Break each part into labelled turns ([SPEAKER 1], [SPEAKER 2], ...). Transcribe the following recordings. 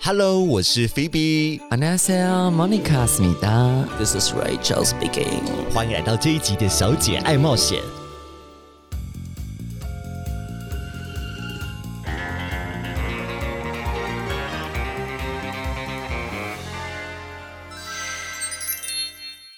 [SPEAKER 1] Hello，我是 Phoebe，
[SPEAKER 2] 안녕하세요 Monica 스미다
[SPEAKER 3] This is Rachel speaking。
[SPEAKER 1] 欢迎来到这一集的《小姐爱冒险》。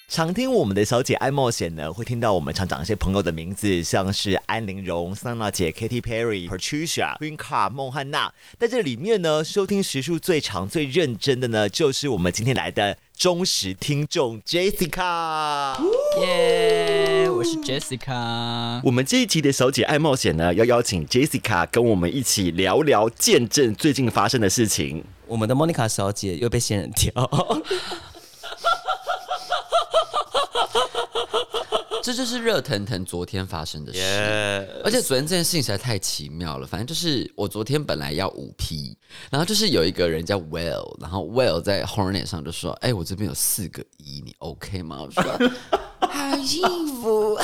[SPEAKER 1] 常听我们的小姐爱冒险呢，会听到我们常讲一些朋友的名字，像是安陵容、桑娜姐、Katy Perry、Patricia、Queen Car、孟汉娜。在这里面呢，收听时数最长、最认真的呢，就是我们今天来的忠实听众 Jessica。
[SPEAKER 3] 耶、我是 Jessica。
[SPEAKER 1] 我们这一集的小姐爱冒险呢，要邀请 Jessica 跟我们一起聊聊见证最近发生的事情。
[SPEAKER 3] 我们的 Monica 小姐又被仙人跳，
[SPEAKER 2] 这就是热腾腾昨天发生的事而且昨天这件事情实在太奇妙了。反正就是我昨天本来要五 P，然后就是有一个人叫 Will，然后 Will 在 Hornet 上就说：“哎、我这边有四个一，你 OK 吗？”我说：“ 好幸福。”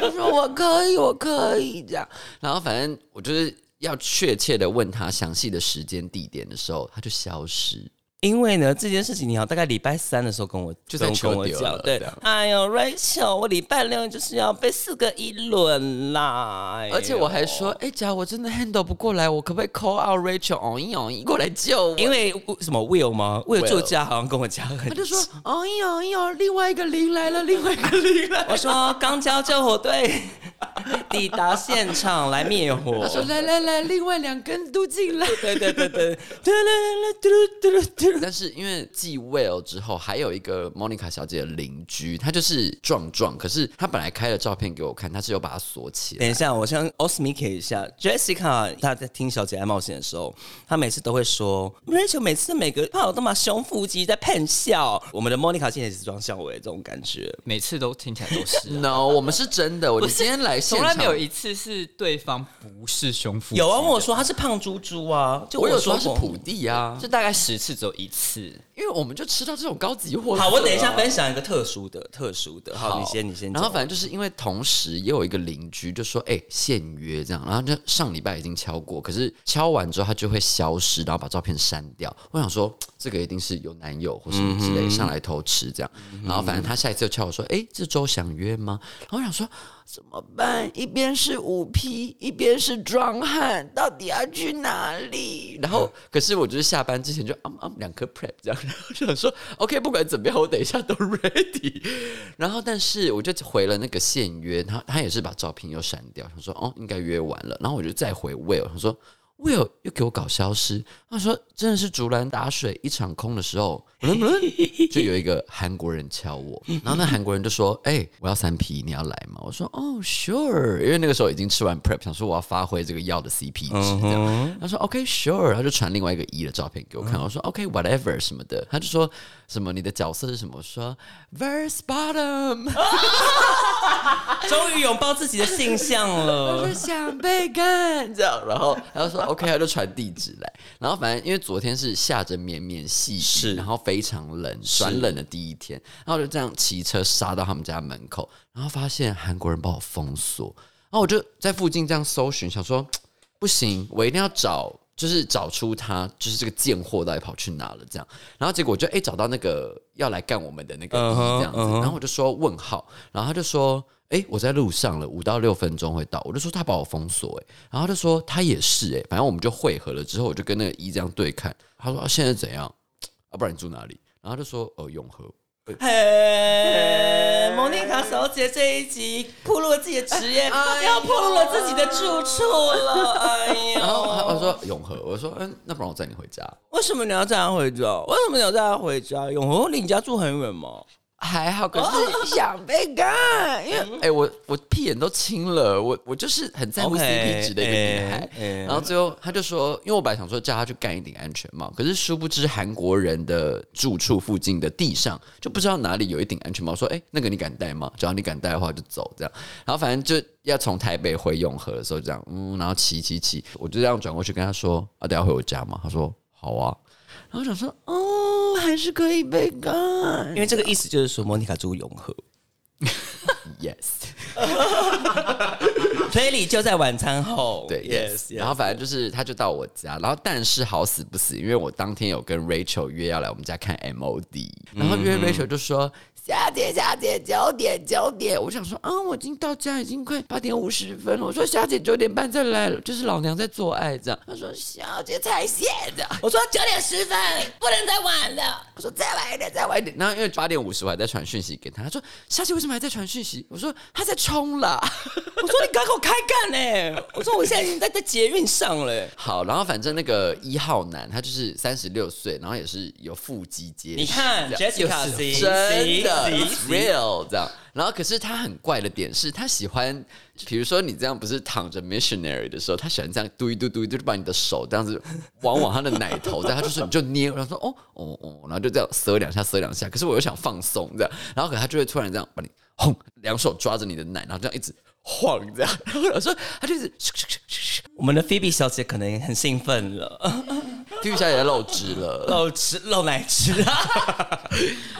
[SPEAKER 2] 我说：“我可以，我可以。”这样，然后反正我就是要确切的问他详细的时间地点的时候，他就消失。
[SPEAKER 3] 因为呢这件事情，你好，大概礼拜三的时候跟我
[SPEAKER 2] 就在
[SPEAKER 3] 跟
[SPEAKER 2] 球
[SPEAKER 3] 跟我
[SPEAKER 2] 丢了
[SPEAKER 3] 讲，对
[SPEAKER 2] 这样，
[SPEAKER 3] 哎呦 Rachel，我礼拜六就是要被四个一轮啦，哎呦
[SPEAKER 2] 而且我还说，，哎、假如我真的 handle 不过来，我可不可以 call out Rachel 哦一哦一过来救我？
[SPEAKER 3] 因为什么 Will 吗？Will 作家好像跟我讲很，
[SPEAKER 2] 他就说，哦一哦一哦，另外一个零来了，另外一个零来
[SPEAKER 3] 我
[SPEAKER 2] 了。
[SPEAKER 3] 说钢交救火队 抵达现场来灭火
[SPEAKER 2] 他。说，来来来，另外两根都进来。
[SPEAKER 3] 对对对对，嘟噜噜噜嘟噜嘟噜。
[SPEAKER 2] 但是因为继 Will 之后，还有一个 Monica 小姐的邻居，她就是壮壮，可是她本来开了照片给我看，她是有把它锁起来。
[SPEAKER 3] 等一下，我先 osmik 一下，Jessica 她在听《小姐爱冒险》的时候，她每次都会说，Rachel 每次每个炮都把胸腹肌在喷笑，我们的 Monica 现在也是装笑伟这种感觉。
[SPEAKER 4] 每次都听起来都 是、啊，
[SPEAKER 2] No，我们是真的，我们今天来现
[SPEAKER 4] 从来
[SPEAKER 2] 场，
[SPEAKER 4] 没有一次是对方不是胸腹肌的。
[SPEAKER 3] 有啊，问我说她是胖猪猪啊，就
[SPEAKER 2] 我有
[SPEAKER 3] 说
[SPEAKER 2] 说是
[SPEAKER 3] 过
[SPEAKER 2] 普地啊，
[SPEAKER 4] 就大概十次只有一次。
[SPEAKER 2] 因为我们就吃到这种高级货色啊。
[SPEAKER 3] 好，我等一下分享一个特殊的、特殊的。好，你先，你先
[SPEAKER 2] 然
[SPEAKER 3] 讲。
[SPEAKER 2] 后反正就是因为同时也有一个邻居就说，哎、限约这样，然后就上礼拜已经敲过，可是敲完之后他就会消失，然后把照片删掉。我想说，这个一定是有男友或什么之类上来偷吃这样。然后反正他下一次就敲我说，哎、这周想约吗？然后我想说。怎么办？一边是五 P，一边是壮汉，到底要去哪里？然后，可是我就是下班之前就嗯嗯两颗 prep 这样，然后就想说 OK，不管怎么样，我等一下都 ready。然后，但是我就回了那个现约，他他也是把照片又删掉，想说哦应该约完了。然后我就再回 Will，他说 Will 又给我搞消失，他说真的是竹篮打水一场空的时候，就有一个韩国人敲我，然后那韩国人就说：“哎、我要三 P，你要来吗？”我说：“哦，sure。”因为那个时候已经吃完 prep，想说我要发挥这个药的 CP 值这样。他说：“OK，sure、他就传另外一个 E 一、的照片给我看，我说：“OK，whatever、什么的。”他就说什么你的角色是什么？我说：“verse bottom，
[SPEAKER 3] 终于拥抱自己的性向 了
[SPEAKER 2] 我。想被干。”这样，然后他就 说：“OK。”他就传地址来。然后反正因为昨天是下着绵绵细雨，
[SPEAKER 3] 是
[SPEAKER 2] 然后非常冷，转冷的第一天，然后就这样骑车杀到他们家门口，然后发现韩国人把我封锁，然后我就在附近这样搜寻，想说不行，我一定要找。就是找出他，就是这个贱货到底跑去哪了这样，然后结果我就哎、诶找到那个要来干我们的那个
[SPEAKER 3] 嗯哼
[SPEAKER 2] 这样子
[SPEAKER 3] 嗯哼
[SPEAKER 2] 然后我就说问号，然后他就说哎、诶我在路上了，五到六分钟会到，我就说他把我封锁哎、诶然后他就说他也是哎、诶反正我们就汇合了之后，我就跟那个一这样对看，他说、啊、现在怎样，啊，不然你住哪里？然后他就说呃永和，
[SPEAKER 3] 嘿，莫妮卡小姐这一集暴露了自己的职业，
[SPEAKER 2] 哎
[SPEAKER 3] 要暴露了自己的住处了。哎
[SPEAKER 2] 然后他我
[SPEAKER 3] 呦，
[SPEAKER 2] 说啊永和，我说嗯，那不然我载你回家，
[SPEAKER 3] 为什么你要带她回家？为什么你要带她回家？永和离你家住很远吗？
[SPEAKER 2] 还好，可是想被干，因为哦哎、我我屁眼都青了，我我就是很在乎
[SPEAKER 3] OK，
[SPEAKER 2] CP 值的一个女孩。
[SPEAKER 3] 哎哎
[SPEAKER 2] 然后最后他就说，因为我本来想说叫他去干一顶安全帽，可是殊不知韩国人的住处附近的地上就不知道哪里有一顶安全帽，说哎、那个你敢戴吗？只要你敢戴的话就走这样。然后反正就要从台北回永和的时候这样，嗯，然后骑骑骑，我就这样转过去跟他说啊，等一下回我家嘛。他说好啊。然后我想说，哦，还是可以被干，
[SPEAKER 3] 因为这个意思就是说，莫妮卡住永和。
[SPEAKER 2] Yes，
[SPEAKER 3] 推理就在晚餐后。
[SPEAKER 2] 对
[SPEAKER 3] yes, yes
[SPEAKER 2] 然后反正就是他就到我家，然后但是好死不死，因为我当天有跟 Rachel 约要来我们家看 MOD，然后
[SPEAKER 3] 嗯
[SPEAKER 2] 约 Rachel 就说。小姐，小姐，九点，九点。我想说，啊，我已经到家，已经快八点五十分了。我说，小姐，九点半再来，就是老娘在做爱这样。她说，小姐才现的。
[SPEAKER 3] 我说九点十分，不能再晚了。
[SPEAKER 2] 我说再晚一点，再晚一点。然后因为八点五十我还在传讯息给他，他说小姐为什么还在传讯息？我说他在冲啦。
[SPEAKER 3] 我说你赶快开干呢、我说我现在已经在在捷运上了、
[SPEAKER 2] 好，然后反正那个一号男他就是三十六岁，然后也是有腹肌结实，
[SPEAKER 3] 你看
[SPEAKER 2] 这样
[SPEAKER 3] Jessica 行
[SPEAKER 2] 真的
[SPEAKER 3] 行
[SPEAKER 2] it's real 这样。然后可是他很怪的点是，他喜欢，比如说你这样不是躺着 missionary 的时候，他喜欢这样嘟一嘟嘟一嘟，就把你的手这样子 往往他的奶头，这样他就说你就捏，然后说哦哦哦，然后就这样塞两下塞两下，可是我又想放松这样，然后可他就会突然这样把你轰，两手抓着你的奶，然后这样一直。晃这样， 然后我说他就是，
[SPEAKER 3] 我们的 Phoebe 小姐可能也很兴奋 了，
[SPEAKER 2] 体育小姐露汁了，
[SPEAKER 3] 露吃露奶吃啊！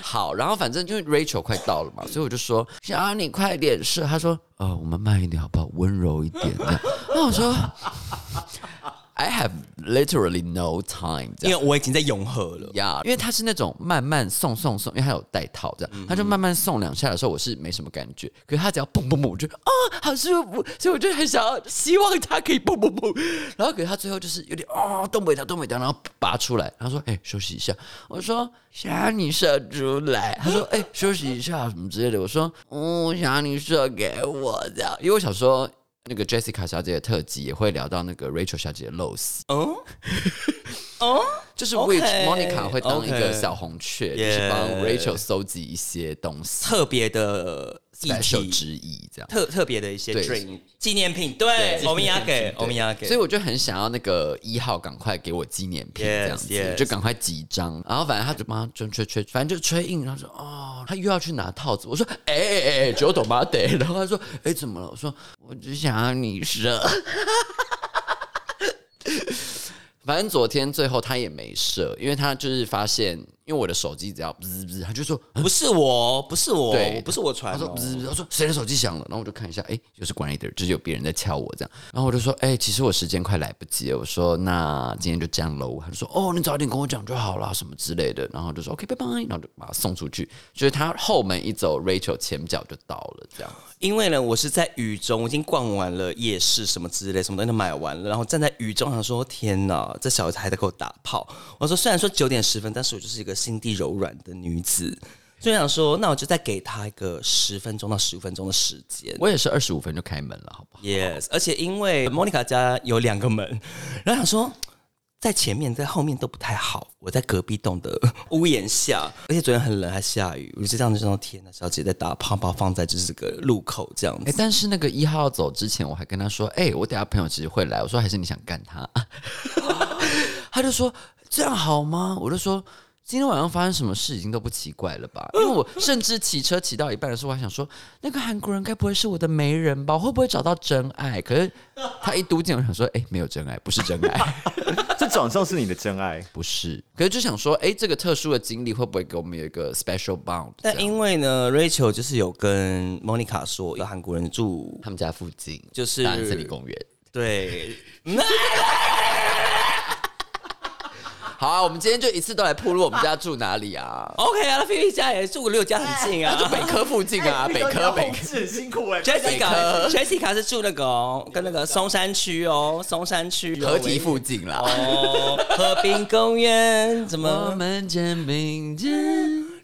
[SPEAKER 2] 好，然后反正就是 Rachel 快到了嘛，所以我就说想要你快点射。他说呃，我们慢一点好不好？温柔一点这样。 那我说 I have literally no time 这
[SPEAKER 3] 因为
[SPEAKER 2] 样。
[SPEAKER 3] 我已经在永和 了，
[SPEAKER 2] 呀因为他是那种慢慢送送送，因为他有带套这样，他就慢慢送两下的时候，我是没什么感觉，可是他只要蹦蹦蹦，我就啊、好舒服，所以我就很想要希望他可以蹦蹦蹦，然后可是他最后就是有点啊动不了动不了，然后拔出来，他说哎、休息一下，我说想要你射出来，他说哎、休息一下什么之类的，我说嗯我想要你射给我这样，因为我想说。那个 Jessica 小姐的特辑也会聊到那个 Rachel 小姐的陋习，
[SPEAKER 3] 嗯哦，
[SPEAKER 2] 就是
[SPEAKER 3] OK，
[SPEAKER 2] which Monica 会当一个
[SPEAKER 3] OK
[SPEAKER 2] 小红雀
[SPEAKER 3] Yeah
[SPEAKER 2] 就是帮 Rachel 搜集一些东西，
[SPEAKER 3] 特别的议
[SPEAKER 2] 受
[SPEAKER 3] 题，
[SPEAKER 2] 之意这样。
[SPEAKER 3] 特特别的一些
[SPEAKER 2] 对
[SPEAKER 3] drink 纪念品，对，欧米亚
[SPEAKER 2] 对
[SPEAKER 3] 给欧米亚给，
[SPEAKER 2] 所以我就很想要那个一号赶快给我纪念品
[SPEAKER 3] Yes，
[SPEAKER 2] 这样子
[SPEAKER 3] yes
[SPEAKER 2] 就赶快几张。然后反正他就帮他吹吹吹，反正就吹硬，然后说哦，他又要去拿套子。我说哎哎哎，九斗妈得。 然后他说哎、怎么了？我说我只想要你射。 反正昨天最后他也没射，因为他就是发现，因为我的手机只要滋滋，他就说
[SPEAKER 3] 不是我，不是我
[SPEAKER 2] 对，
[SPEAKER 3] 不是我传
[SPEAKER 2] 他说
[SPEAKER 3] 哦
[SPEAKER 2] 不，是，他说谁的手机响了？然后我就看一下，哎、又是管理的人，就是有别人在敲我这样。然后我就说，哎、其实我时间快来不及了。我说那今天就这样喽。他就说，哦，你早点跟我讲就好了，什么之类的。然后我就说 OK，拜拜。然后就把他送出去。就是他后门一走，Rachel 前脚就到了，这样。
[SPEAKER 3] 因为呢，我是在雨中，我已经逛完了夜市什么之类，什么东西都买完了，然后站在雨中，想说天哪，这小孩还在给我打炮。我说虽然说九点十分，但是我就是一个心地柔软的女子，所以想说那我就再给他一个十分钟到十五分钟的时间。
[SPEAKER 2] 我也是二十五分就开门了，好不好？
[SPEAKER 3] Yes，而且因为 Monica 家有两个门， 然后想说在前面在后面都不太好，我在隔壁栋的屋檐下，而且昨天很冷还下雨，我就这样就说天哪，小姐在打泡泡放在就是个路口这样
[SPEAKER 2] 哎、
[SPEAKER 3] 子。
[SPEAKER 2] 但是那个一号走之前，我还跟他说，哎、我等下朋友其实会来，我说还是你想干他， 他就说这样好吗？我就说今天晚上发生什么事已经都不奇怪了吧？因为我甚至骑车骑到一半的时候，我还想说那个韩国人该不会是我的媒人吧？我会不会找到真爱？可是他一读进，我想说，哎、没有真爱，不是真爱。
[SPEAKER 1] 这转账是你的真爱。
[SPEAKER 2] 不是，可是就想说，哎、这个特殊的经历会不会给我们有一个 special bond？这
[SPEAKER 3] 但
[SPEAKER 2] 样
[SPEAKER 3] 因为呢，Rachel 就是有跟 Monica 说，有韩国人住
[SPEAKER 2] 他们家附近
[SPEAKER 3] 就是
[SPEAKER 2] 大安森林公园。
[SPEAKER 3] 对，
[SPEAKER 2] 好啊，我们今天就一次都来铺路，我们家住哪里啊？
[SPEAKER 3] OK 啊，那菲菲家也住离我家很近啊。
[SPEAKER 2] 北科附近啊，北科北科。
[SPEAKER 1] 是辛苦哎、
[SPEAKER 3] Jessica Jessica 是住那个哦，跟那个松山区哦，松山区哦
[SPEAKER 2] 合体附近啦。
[SPEAKER 3] 哦，河滨公园怎么？
[SPEAKER 2] 们肩并肩。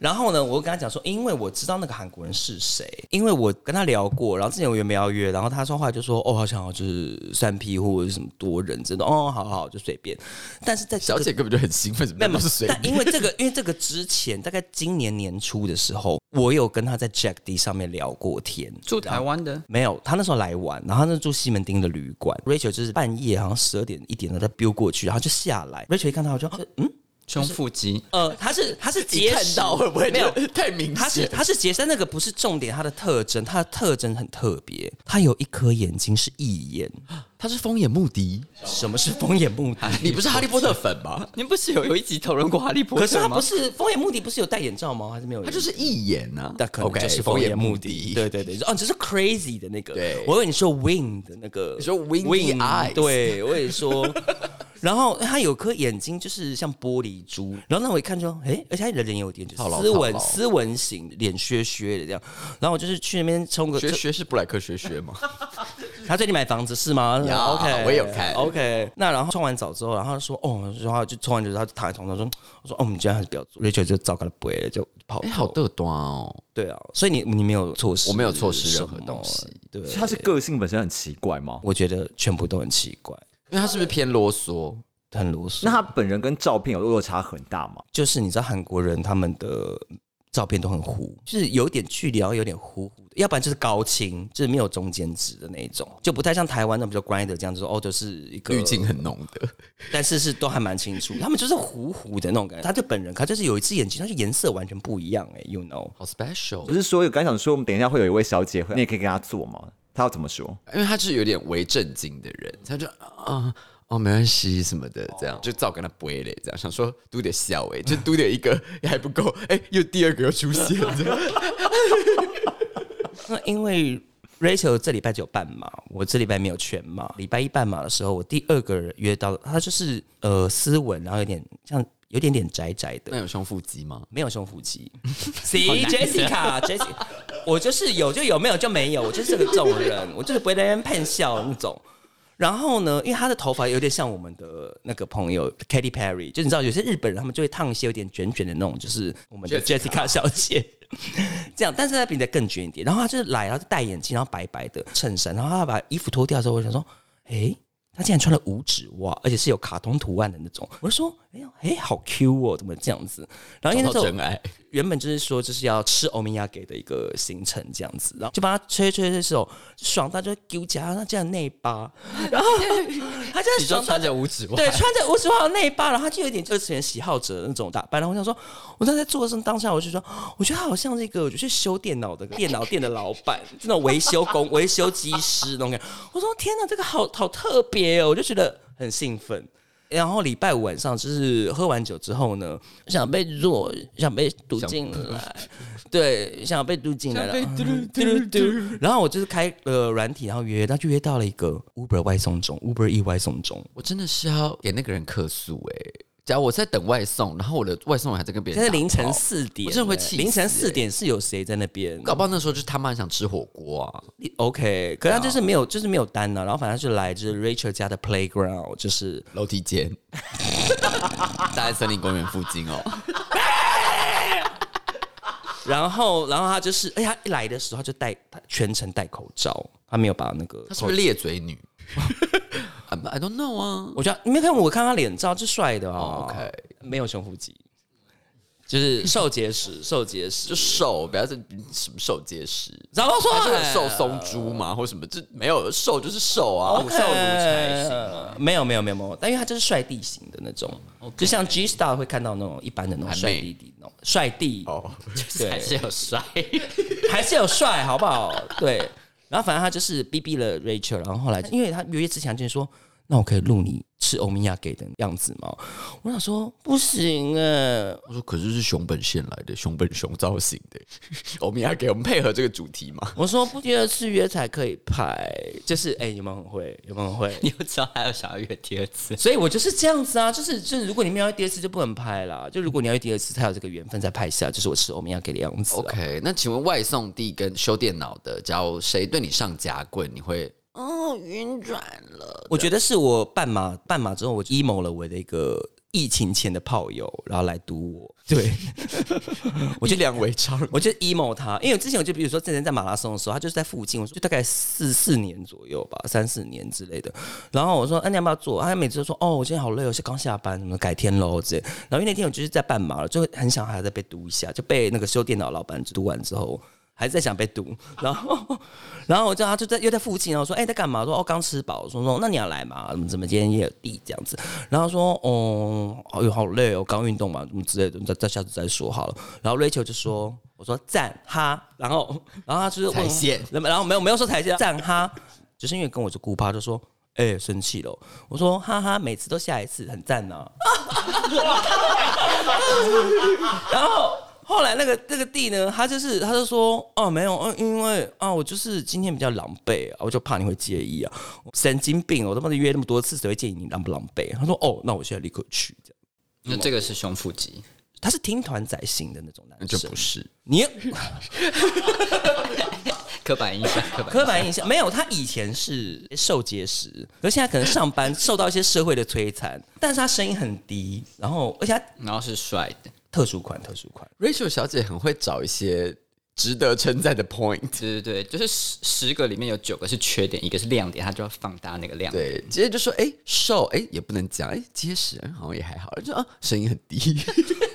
[SPEAKER 3] 然后呢，我就跟他讲说，因为我知道那个韩国人是谁，因为我跟他聊过，然后之前我原本要约，然后他说话就说，哦，好想要就是三 P 或者是什么多人，真的，哦，好好就随便。但是在这
[SPEAKER 2] 小
[SPEAKER 3] 个
[SPEAKER 2] 姐根本就很兴奋，什么
[SPEAKER 3] 没有，
[SPEAKER 2] 都是随
[SPEAKER 3] 但
[SPEAKER 2] 便。
[SPEAKER 3] 因为这个，因为这个之前大概今年年初的时候，我有跟他在 Jack D 上面聊过天。
[SPEAKER 4] 住台湾的，
[SPEAKER 3] 没有，他那时候来玩，然后他是住西门町的旅馆。Rachel 就是半夜好像十二点一点的在 biu 过去，然后就下来。Rachel 一看到我就呃嗯，
[SPEAKER 4] 胸腹肌，
[SPEAKER 3] 呃，它是它是
[SPEAKER 2] 一
[SPEAKER 3] 结
[SPEAKER 2] 看
[SPEAKER 3] 实，
[SPEAKER 2] 到会不会
[SPEAKER 3] 没
[SPEAKER 2] 就
[SPEAKER 3] 有？
[SPEAKER 2] 太明
[SPEAKER 3] 它是
[SPEAKER 2] 显？
[SPEAKER 3] 它是结实，但那个不是重点，它的特征，它的特征很特别，它有一颗眼睛是异眼。
[SPEAKER 2] 他是风眼穆迪，
[SPEAKER 3] 什么是风眼目的？
[SPEAKER 2] 哎你不是哈利波特粉吧？
[SPEAKER 4] 你不是有有一集讨论过哈利波
[SPEAKER 3] 可是
[SPEAKER 4] 特
[SPEAKER 3] 他
[SPEAKER 4] 吗？
[SPEAKER 3] 不是风眼目的，不是有戴眼罩吗？还是没有眼
[SPEAKER 2] 他
[SPEAKER 3] 罩？
[SPEAKER 2] 就是一眼呐、啊，
[SPEAKER 3] 那可能就是风眼目的。对
[SPEAKER 2] 对，
[SPEAKER 3] 对对，哦，就是 crazy 的那个。
[SPEAKER 2] 对
[SPEAKER 3] 我以为你说 wing 的那个，
[SPEAKER 2] 你说 windy eyes
[SPEAKER 3] 对，我也说。然后他有颗眼睛就是像玻璃珠，然后那我一看就哎，而且他的人有点就是
[SPEAKER 2] 套牢
[SPEAKER 3] 斯
[SPEAKER 2] 套
[SPEAKER 3] 文
[SPEAKER 2] 牢
[SPEAKER 3] 斯文型，脸削削的这样。然后我就是去那边冲个，
[SPEAKER 2] 学学是布莱克学学吗？
[SPEAKER 3] 他最近买房子是吗
[SPEAKER 2] 呀
[SPEAKER 3] ？OK，
[SPEAKER 2] 我有看
[SPEAKER 3] OK，那然后冲完澡之后，然后他说哦，然后就冲完澡之后，他就躺在床上说，我说哦，我们今天还是不要做。Rachel 就糟糕了，不会就跑。
[SPEAKER 2] 哎、好嘚端哦，
[SPEAKER 3] 对啊，所以你你没有错失，
[SPEAKER 2] 我没有错失任何东西。
[SPEAKER 3] 对，啊
[SPEAKER 5] 他是个性本身很奇怪吗？
[SPEAKER 3] 我觉得全部都很奇怪，
[SPEAKER 2] 因为他是不是偏啰嗦？
[SPEAKER 3] 很啰嗦。
[SPEAKER 5] 那他本人跟照片有落差很大吗？
[SPEAKER 3] 就是你知道韩国人他们的照片都很糊，就是有点距离，然后有点糊糊的，要不然就是高清，就是没有中间值的那一种，就不太像台湾那种比较 grinder 这样子说，哦，就是一个
[SPEAKER 2] 滤镜，很浓的，
[SPEAKER 3] 但是是都还蛮清楚，他们就是糊糊的那种感觉。他就本人，他就是有一只眼睛，他就颜色完全不一样、哎，you know，
[SPEAKER 2] 好
[SPEAKER 5] 不
[SPEAKER 2] special。
[SPEAKER 5] 是说有刚想说我们等一下会有一位小姐会，你也可以跟她做吗？她要怎么说？
[SPEAKER 2] 因为他就是有点为正经的人，他就啊。哦，没关系，什么的，这样就照跟他背嘞，这样想说嘟点笑哎、就嘟点一个 也还不够，哎、又第二个又出现，这样
[SPEAKER 3] 那因为 Rachel 这礼拜只有半马，我这礼拜没有全马。礼拜一半马的时候，我第二个人约到了，他就是呃斯文，然后有点像有点点窄窄
[SPEAKER 2] 那
[SPEAKER 3] 的，
[SPEAKER 2] 有胸腹肌 吗？
[SPEAKER 3] 没有胸腹肌。See Jessica Jessica，我就是有就有，没有就没有，我就是这种人，我就是不会在那边骗笑那种。然后呢，因为他的头发有点像我们的那个朋友 Katy Perry，就你知道有些日本人他们就会烫一些有点卷卷的那种，就是我们的 Jessica 小姐这样，但是她比你的更卷一点。然后她就是来，然后就戴眼镜，然后白白的衬衫，然后她把衣服脱掉之后，我想说，诶，她竟然穿了五指袜，而且是有卡通图案的那种。我就说，哎呦，哎，好 Q 哦，怎么这样子？然后因为
[SPEAKER 2] 找到
[SPEAKER 3] 那时候
[SPEAKER 2] 真爱，
[SPEAKER 3] 原本就是说就是要吃欧米亚给的一个行程这样子，然后就把他吹吹吹的时候，爽到就丢夹，他这样内八，然后他这样
[SPEAKER 4] 你就
[SPEAKER 3] 爽到
[SPEAKER 4] 穿着五指袜，
[SPEAKER 3] 对，穿着五指袜的内八，然后他就有点二次元喜好者的那种打扮。然后我想说，我当时在做的时候当下，我就说，我觉得他好像这个，我就去修电脑的电脑店的老板，这种维修工、维修技师那种感觉。我说天哪，这个好好特别哦，我就觉得很兴奋。然后礼拜五晚上就是喝完酒之后呢，想被弱，想被读进来，对，想被读进来了，嘟嘟嘟。然后我就是开呃软体，然后约，那就约到了一个 Uber 外送中，Uber E 外送中，
[SPEAKER 2] 我真的是要给那个人客诉哎、假如我在等外送，然后我的外送还在跟别人
[SPEAKER 3] 现在
[SPEAKER 2] 打
[SPEAKER 3] 凌晨
[SPEAKER 2] 炮
[SPEAKER 3] 四点欸，
[SPEAKER 2] 我真的会气死
[SPEAKER 3] 凌晨四
[SPEAKER 2] 欸
[SPEAKER 3] 点是有谁在那边？
[SPEAKER 2] 搞不好那时候就他妈想吃火锅啊！
[SPEAKER 3] OK，可是他就是没有，就是没有单呢、然后反正就来就是 Rachel 家的 playground，就是
[SPEAKER 2] 楼梯间，大在森林公园附近哦。
[SPEAKER 3] 然后然后他就是，哎、呀，他一来的时候他就戴他全程戴口罩，他没有把那个
[SPEAKER 2] 她是
[SPEAKER 3] 口
[SPEAKER 2] 不是咧嘴女 ？I'm-？I don't know 啊。
[SPEAKER 3] 我觉得你没看我看他脸照，就帅的哦。
[SPEAKER 2] OK
[SPEAKER 3] 没有胸腹肌，就是瘦结实，瘦结
[SPEAKER 2] 就
[SPEAKER 3] 实。
[SPEAKER 2] 瘦，不要是什么瘦结实，
[SPEAKER 3] 怎么说
[SPEAKER 2] 还是很瘦松猪嘛，或什么？这没有瘦就是瘦啊，
[SPEAKER 3] OK
[SPEAKER 2] 我瘦如柴型。啊
[SPEAKER 3] 没有没有没有没有，但因为他就是帅弟型的那种
[SPEAKER 2] 哦
[SPEAKER 3] 就像 G Star 会看到那种一般的那种帅弟弟那种帅弟
[SPEAKER 2] 哦，
[SPEAKER 3] 对
[SPEAKER 4] 还，是有帅。
[SPEAKER 3] 还是有帅，好不好？对。然后反正他就是逼逼了 Rachel，然后后来因为他约之前就说，那我可以录你吃欧米亚给的样子吗？我想说不行哎、
[SPEAKER 2] 我说可是是熊本县来的，熊本熊造型 的，我们要给我们配合这个主题嘛？
[SPEAKER 3] 我说不第二次约才可以拍，就是哎、有没有很会？有没有很会？
[SPEAKER 4] 你又知道还有小月第二次，
[SPEAKER 3] 所以我就是这样子啊，就是就是，如果你没有要第二次就不能拍啦。就如果你要第二次，才有这个缘分再拍下，就是我吃欧米亚给的样子啊、
[SPEAKER 2] OK，那请问外送地跟修电脑的，假如谁对你上夹棍，你会哦晕转了？
[SPEAKER 3] 我觉得是我半马半马之后，我 emo 了我的一个疫情前的炮友，然后来堵我。 对，
[SPEAKER 2] 我就两为常
[SPEAKER 3] 我就 emo 他，因为之前我就比如说之前在马拉松的时候，他就是在附近，我说就大概四四年左右吧，三四年之类的。然后我说，哎、你要不要做？他每次都说，哦，我今天好累哦，我是刚下班，什么改天喽之类。然后因为那天我就是在半马了，就很想还在被读一下，就被那个修电脑老板读完之后。还是在想被堵。然后，然后我叫他就在又在附近，然后我说：“哎、你在干嘛？”我说：“哦，刚吃饱。”我说：“说那你要来嘛？怎么怎么今天也有地这样子？”然后说：“哦，哎呦，好累哦，刚运动嘛，怎么之类的，再再下次再说好了。”然后 Rachel 就说。我说赞哈，然后然后他就是问我
[SPEAKER 4] 踩线
[SPEAKER 3] 然后然后没有没有说台阶，赞哈，只是因为跟我是顾趴，就说哎、生气了，我说哈哈，每次都下一次，很赞啊呐、然后后来那个那个弟呢，他就是他就说哦没有，嗯，因为啊我就是今天比较狼狈啊，我就怕你会介意啊，神经病，我他妈的约那么多次，谁会介意你狼不狼狈？他说哦，那我现在立刻去这样。
[SPEAKER 4] 那这个是胸腹肌，
[SPEAKER 3] 他是听团仔型的那种男
[SPEAKER 2] 就
[SPEAKER 3] 生
[SPEAKER 2] 不，是。
[SPEAKER 3] 你
[SPEAKER 4] 刻板印象， 刻板印象
[SPEAKER 3] 刻板印象没有，他以前是受结石，可是现在可能上班受到一些社会的摧残，但是他声音很低，然后而且他
[SPEAKER 4] 然后是帅的，
[SPEAKER 3] 特殊款，特殊 款，
[SPEAKER 2] Rachel 小姐很会找一些值得称赞的 point。
[SPEAKER 4] 对对对，就是十十个里面有九个是缺点，一个是亮点，他就要放大那个亮点。
[SPEAKER 2] 对，直接就说哎、瘦哎、也不能讲哎、结实哎好像也还好，就啊声音很 低，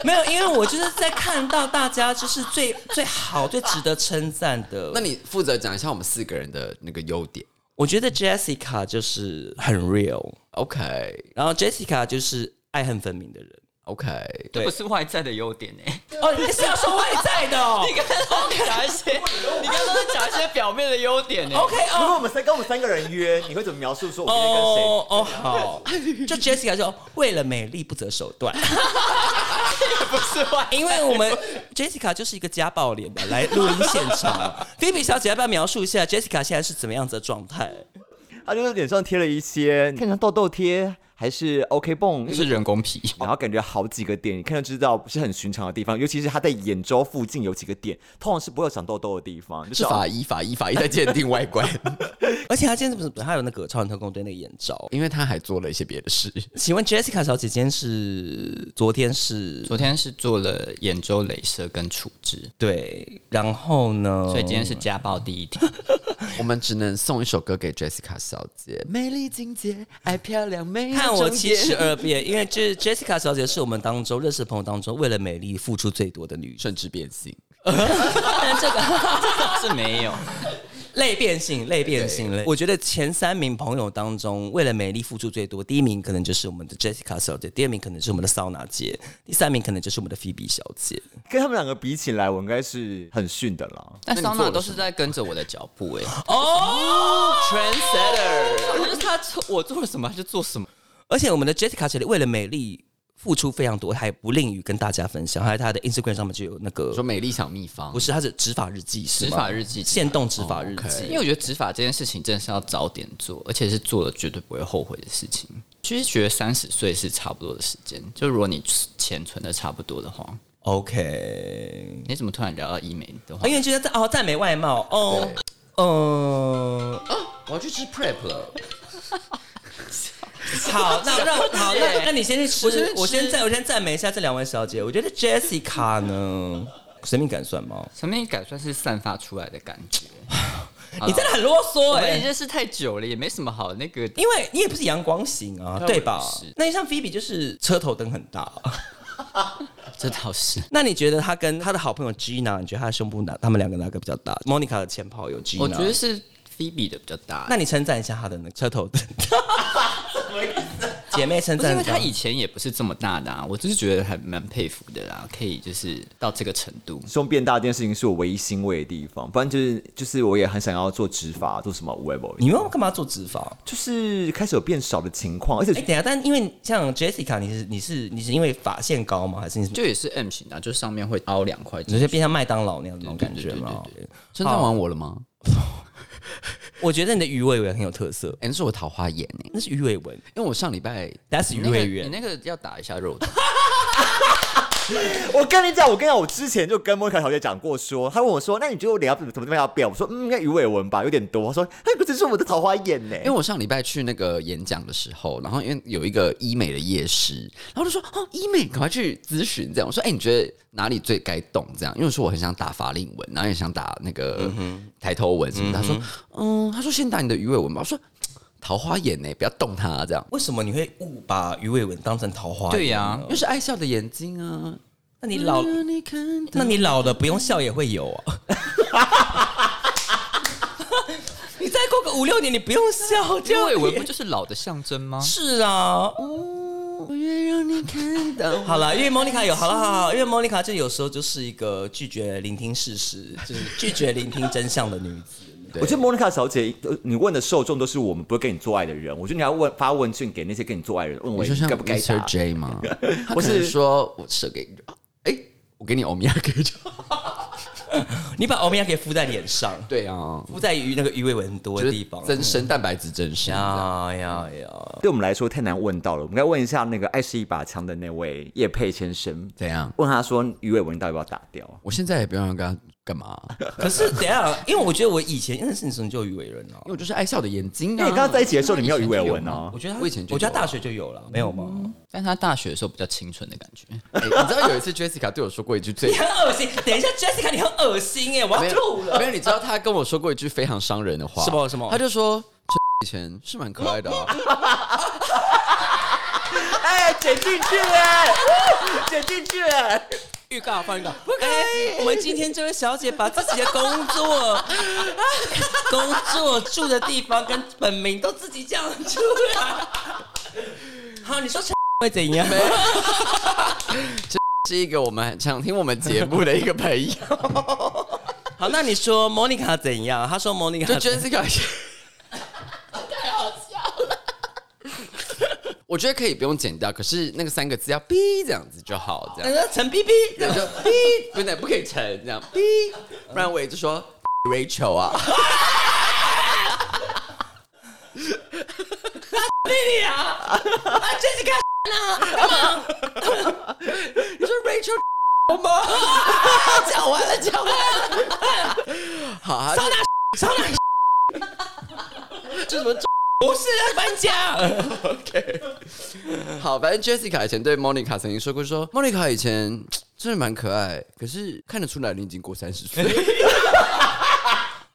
[SPEAKER 3] 没有，因为我就是在看到大家就是最最好、最值得称赞的。
[SPEAKER 2] 那你负责讲一下我们四个人的那个优点
[SPEAKER 3] 我觉得 Jessica 就是很 real，
[SPEAKER 2] ，OK
[SPEAKER 3] 然后 Jessica 就是爱恨分明的人。
[SPEAKER 2] OK，
[SPEAKER 4] 这不是外在的优点哎、
[SPEAKER 3] 哦，你是要说外在的、 哦、
[SPEAKER 4] 你刚刚在讲一些，你刚刚在讲一些表面的优点欸呢、
[SPEAKER 3] ？OK
[SPEAKER 1] 如
[SPEAKER 3] 哦。
[SPEAKER 1] 果我们三跟我们三个人约，你会怎么描述？说我今天跟谁？
[SPEAKER 3] 哦哦好，就 Jessica 说为了美丽不择手段，
[SPEAKER 4] 不是外
[SPEAKER 3] 因为我们 Jessica 就是一个家暴脸的来录音现 场。菲比小姐要不要描述一下 Jessica 现在是怎么样子的状态？
[SPEAKER 1] 他就是脸上贴了一些，看看痘痘贴还是 OK 泵，
[SPEAKER 4] 是人工皮，
[SPEAKER 1] 然后感觉好几个点，你看就知道不是很寻常的地方，尤其是他在眼周附近有几个点，通常是不会有长痘痘的地方，就是
[SPEAKER 2] 法医法医法医在鉴定外观，
[SPEAKER 3] 而且她今天怎么？她有那个超人特工队那个眼罩。
[SPEAKER 2] 因为他还做了一些别的事。
[SPEAKER 3] 请问 Jessica 小姐今天是昨天是？
[SPEAKER 4] 昨天是做了眼周镭射跟处置，
[SPEAKER 3] 对，然后呢？
[SPEAKER 4] 所以今天是家暴第一天。
[SPEAKER 2] 我们只能送一首歌给 Jessica 小姐，美丽境界，爱漂亮，美
[SPEAKER 3] 看我七十二变，因为这 Jessica 小姐是我们当中认识的朋友当中为了美丽付出最多的女生，
[SPEAKER 2] 顺治变性。
[SPEAKER 3] 但 这个
[SPEAKER 4] 是没有，
[SPEAKER 3] 类变性、类变性类，我觉得前三名朋友当中为了美丽付出最多，第一名可能就是我们的 Jessica 小姐，第二名可能是我们的桑拿姐，第三名可能就是我们的 Phoebe 小姐。
[SPEAKER 1] 跟他们两个比起来，我应该是很逊的啦。
[SPEAKER 4] 但桑娜都是在跟着我的脚步哎、
[SPEAKER 3] 哦，Trendsetter，
[SPEAKER 4] 就是他做我做了什么他就做什么，
[SPEAKER 3] 而且我们的 Jessica 小姐为了美丽。付出非常多，还不吝于跟大家分享。还有她的 Instagram 上面就有那个
[SPEAKER 2] 说美丽小秘方
[SPEAKER 3] 不，是，它是执法日记，是
[SPEAKER 4] 执
[SPEAKER 3] 吗
[SPEAKER 4] 法日记
[SPEAKER 3] 限动执法日记。
[SPEAKER 4] 因为我觉得执法这件事情真的是要早点做，而且是做了绝对不会后悔的事情。其实觉得三十岁是差不多的时间，就如果你钱存的差不多的话，
[SPEAKER 3] OK，
[SPEAKER 4] 你怎么突然聊到医美的话
[SPEAKER 3] 因？为觉得赞哦，赞美外貌哦，嗯，
[SPEAKER 2] 我要去吃 prep 了。
[SPEAKER 3] 好，那 让好，那那你先去吃，我
[SPEAKER 4] 先去吃
[SPEAKER 3] 先赞，我先赞美一下这两位小姐。我觉得 Jessica 呢，神秘感算吗？
[SPEAKER 4] 层面感算是散发出来的感觉。
[SPEAKER 3] 你真的很啰嗦
[SPEAKER 4] 啊我
[SPEAKER 3] 哎、
[SPEAKER 4] 们也认识太久了，也没什么好那个。
[SPEAKER 3] 因为你也不是阳光型啊，
[SPEAKER 4] 对
[SPEAKER 3] 对吧
[SPEAKER 4] 我也是？
[SPEAKER 3] 那像 Phoebe 就是车头灯很大，
[SPEAKER 4] 这倒是，
[SPEAKER 3] 那你觉得她跟她的好朋友 Gina，你觉得她的胸部哪？他们两个哪个比较大？Monica 的前炮友 Gina，
[SPEAKER 4] 我觉得是 Phoebe 的比较大。
[SPEAKER 3] 那你称赞一下她的那个车 头灯，姐妹称
[SPEAKER 4] 啊
[SPEAKER 3] 赞一
[SPEAKER 4] 不是因为
[SPEAKER 3] 下，
[SPEAKER 4] 他以前也不是这么大的、啊，我只是觉得还蛮佩服的啦，可以就是到这个程度。
[SPEAKER 1] 胸变大这件事情是我唯一欣慰的地方，不然就是就是我也很想要做植发，做什么 web，
[SPEAKER 3] 你们干嘛做执法？
[SPEAKER 1] 就是开始有变少的情况，而且
[SPEAKER 3] 哎、等一下，但因为像 Jessica，你是你是你是因为发线高吗？还是你是
[SPEAKER 4] 就也是 M 型的啊、就是上面会凹两块肌。哦
[SPEAKER 3] 你是变像麦当劳那样的那种感觉
[SPEAKER 4] 对对
[SPEAKER 3] 吗？
[SPEAKER 2] 称赞 完我了吗？
[SPEAKER 3] 我觉得你的鱼尾纹很有特色，
[SPEAKER 2] 哎、那是我桃花眼哎、
[SPEAKER 3] 那是鱼尾纹
[SPEAKER 2] 因为我上礼拜
[SPEAKER 3] ，That's 鱼
[SPEAKER 4] 那个
[SPEAKER 3] 尾
[SPEAKER 4] 你
[SPEAKER 3] 纹。
[SPEAKER 4] 那个要打一下肉的，
[SPEAKER 1] 我跟你讲，我跟你讲，我之前就跟莫卡小姐讲过说，她问我说，那你觉得我脸要怎么怎么样变？我说，嗯，应该鱼尾纹吧，有点多。她说，那个只是我的桃花眼呢、
[SPEAKER 2] 因为我上礼拜去那个演讲的时候，然后因为有一个医美的夜市，然后就说哦，医美赶快去咨询这样。我说哎、你觉得哪里最该动这样？因为我说我很想打法令纹，然后也想打那个
[SPEAKER 4] 嗯
[SPEAKER 2] 抬头纹什么的。他说嗯，他说先打你的鱼尾纹吧。我说嘖桃花眼呢、不要动它这样，哎
[SPEAKER 3] 为什么你会误把鱼尾纹当成桃花？
[SPEAKER 4] 对呀
[SPEAKER 2] 又是爱笑的眼睛啊。
[SPEAKER 3] 那你老，
[SPEAKER 2] 你看到
[SPEAKER 3] 那你老了不用笑也会有啊。五六年你不用笑，
[SPEAKER 4] 因为
[SPEAKER 3] 就
[SPEAKER 4] 我不就是老的象征吗？
[SPEAKER 3] 是啊。好了，因为莫妮卡有好了，好好，因为莫妮卡就有时候就是一个拒绝聆听事实，就是拒绝聆听真相的女子。
[SPEAKER 5] 我觉得莫妮卡小姐，呃你问的受众都是我们不会跟你做爱的人。我觉得你要问发问卷给那些跟你做爱的人，问
[SPEAKER 2] 我
[SPEAKER 5] 我
[SPEAKER 2] 就像
[SPEAKER 5] 该不该答
[SPEAKER 2] Mr。J 吗？
[SPEAKER 5] 我
[SPEAKER 2] 我
[SPEAKER 5] 是
[SPEAKER 2] 是说我射给你就好，哎、我给你欧米亚给就好。
[SPEAKER 3] 你把欧米亚给敷在脸上，
[SPEAKER 2] 对啊，
[SPEAKER 3] 敷在鱼那个鱼尾纹很多
[SPEAKER 2] 就
[SPEAKER 3] 的
[SPEAKER 2] 是
[SPEAKER 3] 地方。
[SPEAKER 2] 增
[SPEAKER 4] 嗯
[SPEAKER 2] 生蛋白质增生。
[SPEAKER 4] 啊
[SPEAKER 3] 呀呀呀！
[SPEAKER 5] 对我们来说太难问到了，我们该问一下那个爱是一把枪的那位叶佩先生，
[SPEAKER 2] 怎样？
[SPEAKER 5] 问他说鱼尾纹到底要不要打掉？
[SPEAKER 2] 我现在也不要让他干嘛，
[SPEAKER 3] 可是等一下，因为我觉得我以前认识你的时候你就有鱼尾纹了
[SPEAKER 2] 因。为我就是爱笑的眼睛
[SPEAKER 5] 因
[SPEAKER 2] 啊。
[SPEAKER 5] 为你跟哎他在一起的时候，你没有鱼尾纹哦
[SPEAKER 3] 我。觉得他
[SPEAKER 2] 我以前就
[SPEAKER 3] 我觉得
[SPEAKER 2] 有
[SPEAKER 3] 他大学就有啊了，没有吗？
[SPEAKER 4] 但是他大学的时候比较清纯的感觉，
[SPEAKER 2] 哎你知道有一次 Jessica 对我说过一句 最
[SPEAKER 3] 你很恶心。等一下，Jessica，你很恶心哎，我
[SPEAKER 2] 没
[SPEAKER 3] 要
[SPEAKER 2] 有
[SPEAKER 3] 吐了。
[SPEAKER 2] 没有，你知道他跟我说过一句非常伤人的话，
[SPEAKER 3] 什么什么
[SPEAKER 2] 他就说这以前是蛮可爱的 啊，
[SPEAKER 5] 哎，剪进去哎，剪进去哎。
[SPEAKER 3] 预告放预告，不可以。我们今天这位小姐把自己的工 作、工作住的地方跟本名都自己讲出来。好，你说陈会怎样？
[SPEAKER 2] 是一个我们很常听我们节目的一个朋友，
[SPEAKER 3] 好，那你说 Monica 怎样？她说 Monica
[SPEAKER 2] 就 Jessica 我觉得可以不用剪掉，可是那个三个字要逼这样子就好，这样
[SPEAKER 3] 呃陈 B B，
[SPEAKER 2] 对就逼，不对，不可以成这 样逼，不然我也就说 Rachel 啊，
[SPEAKER 3] 啊，Jessica
[SPEAKER 2] 啊你说 Rachel 吗？ 讲完了，讲完了。 好，他就
[SPEAKER 3] 超难，
[SPEAKER 2] 就什么
[SPEAKER 3] 不是搬家。
[SPEAKER 2] OK，好，反正 Jessica 以前对 Monica 曾经说过说，Monica 以前嘖真的蛮可爱，可是看得出来你已经过三十岁。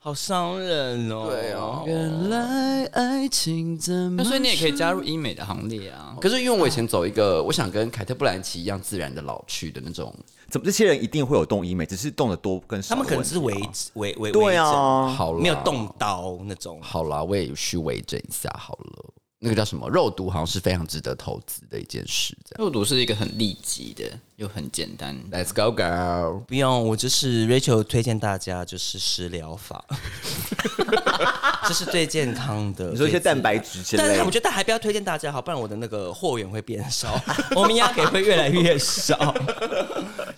[SPEAKER 3] 好伤人哦！
[SPEAKER 2] 对 哦，原来爱情怎么
[SPEAKER 4] 那所以你也可以加入医美的行列啊。
[SPEAKER 2] 可是因为我以前走一个，我想跟凯特·布兰奇一样自然的老去的那种，
[SPEAKER 5] 怎么这些人一定会有动医美，只是动的多跟少
[SPEAKER 3] 他
[SPEAKER 5] 的
[SPEAKER 3] 们
[SPEAKER 5] 问
[SPEAKER 3] 可
[SPEAKER 5] 题啊。
[SPEAKER 3] 能是微微微
[SPEAKER 5] 对啊，
[SPEAKER 2] 好了，
[SPEAKER 3] 没有动刀那种。
[SPEAKER 2] 好啦，我也去微整一下好了。那个叫什么肉毒，好像是非常值得投资的一件事。这
[SPEAKER 4] 肉毒是一个很立即的，又很简单。
[SPEAKER 2] 样，Let's go girl。
[SPEAKER 3] 不用，我就是 Rachel 推荐大家就是食疗法，这是最健康的。
[SPEAKER 5] 你说一些
[SPEAKER 3] 最自然
[SPEAKER 5] 蛋白质之
[SPEAKER 3] 但
[SPEAKER 5] 类
[SPEAKER 3] 是我
[SPEAKER 5] 的。
[SPEAKER 3] 觉得还不要推荐大家好，不然我的那个货源会变少，欧米亚给会越来越少。